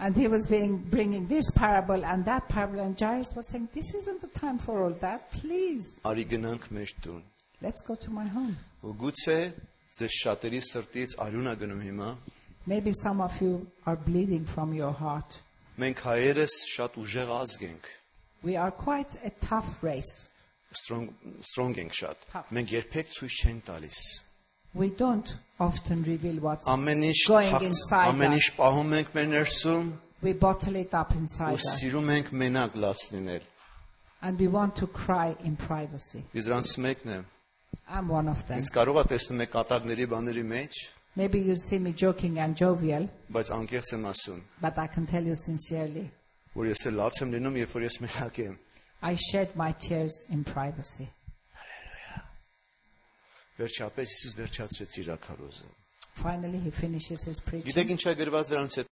[SPEAKER 2] And he was being, bringing this parable and that parable, and Jairus was saying, This isn't the time for all that. Please,
[SPEAKER 1] Արի գնանք մեր տուն։
[SPEAKER 2] let's go to my home.
[SPEAKER 1] Ու գուցե ձեր շատերի սրտից արյունա գնում հիմա։
[SPEAKER 2] Maybe some of you are bleeding from your heart.
[SPEAKER 1] Մենք հայերս շատ ուժեղ ազգ ենք։
[SPEAKER 2] We are quite a tough race.
[SPEAKER 1] strong strong ենք շատ։
[SPEAKER 2] Հա։
[SPEAKER 1] Մենք երբեք ցույց չենք տալիս։
[SPEAKER 2] We don't often reveal what's
[SPEAKER 1] Ամեն ինչ
[SPEAKER 2] going
[SPEAKER 1] թաքց-
[SPEAKER 2] inside
[SPEAKER 1] ամեն
[SPEAKER 2] us.
[SPEAKER 1] ինչ պահում ենք մեր ներսում
[SPEAKER 2] We bottle it up
[SPEAKER 1] ու
[SPEAKER 2] inside us.
[SPEAKER 1] սիրում ենք մենակ լացնել։
[SPEAKER 2] And we want to cry in privacy.
[SPEAKER 1] Իզրանց մեկն է։
[SPEAKER 2] I'm one of them.
[SPEAKER 1] Ինձ կարող է տեսնում եք կատակների բաների մեջ,
[SPEAKER 2] Maybe you see me joking and jovial,
[SPEAKER 1] բայց անկեղծ եմ ասում,
[SPEAKER 2] but I can tell you sincerely,
[SPEAKER 1] որ ես էլ լաց եմ լինում, երբ որ ես մենակ եմ։
[SPEAKER 2] I shed my tears in privacy.
[SPEAKER 1] Վերջապես Հիսուս վերջացրեց իր ակարոզը։
[SPEAKER 2] Finally, he finishes his preaching.
[SPEAKER 1] Գիտեք ինչա գրված դրանց հետ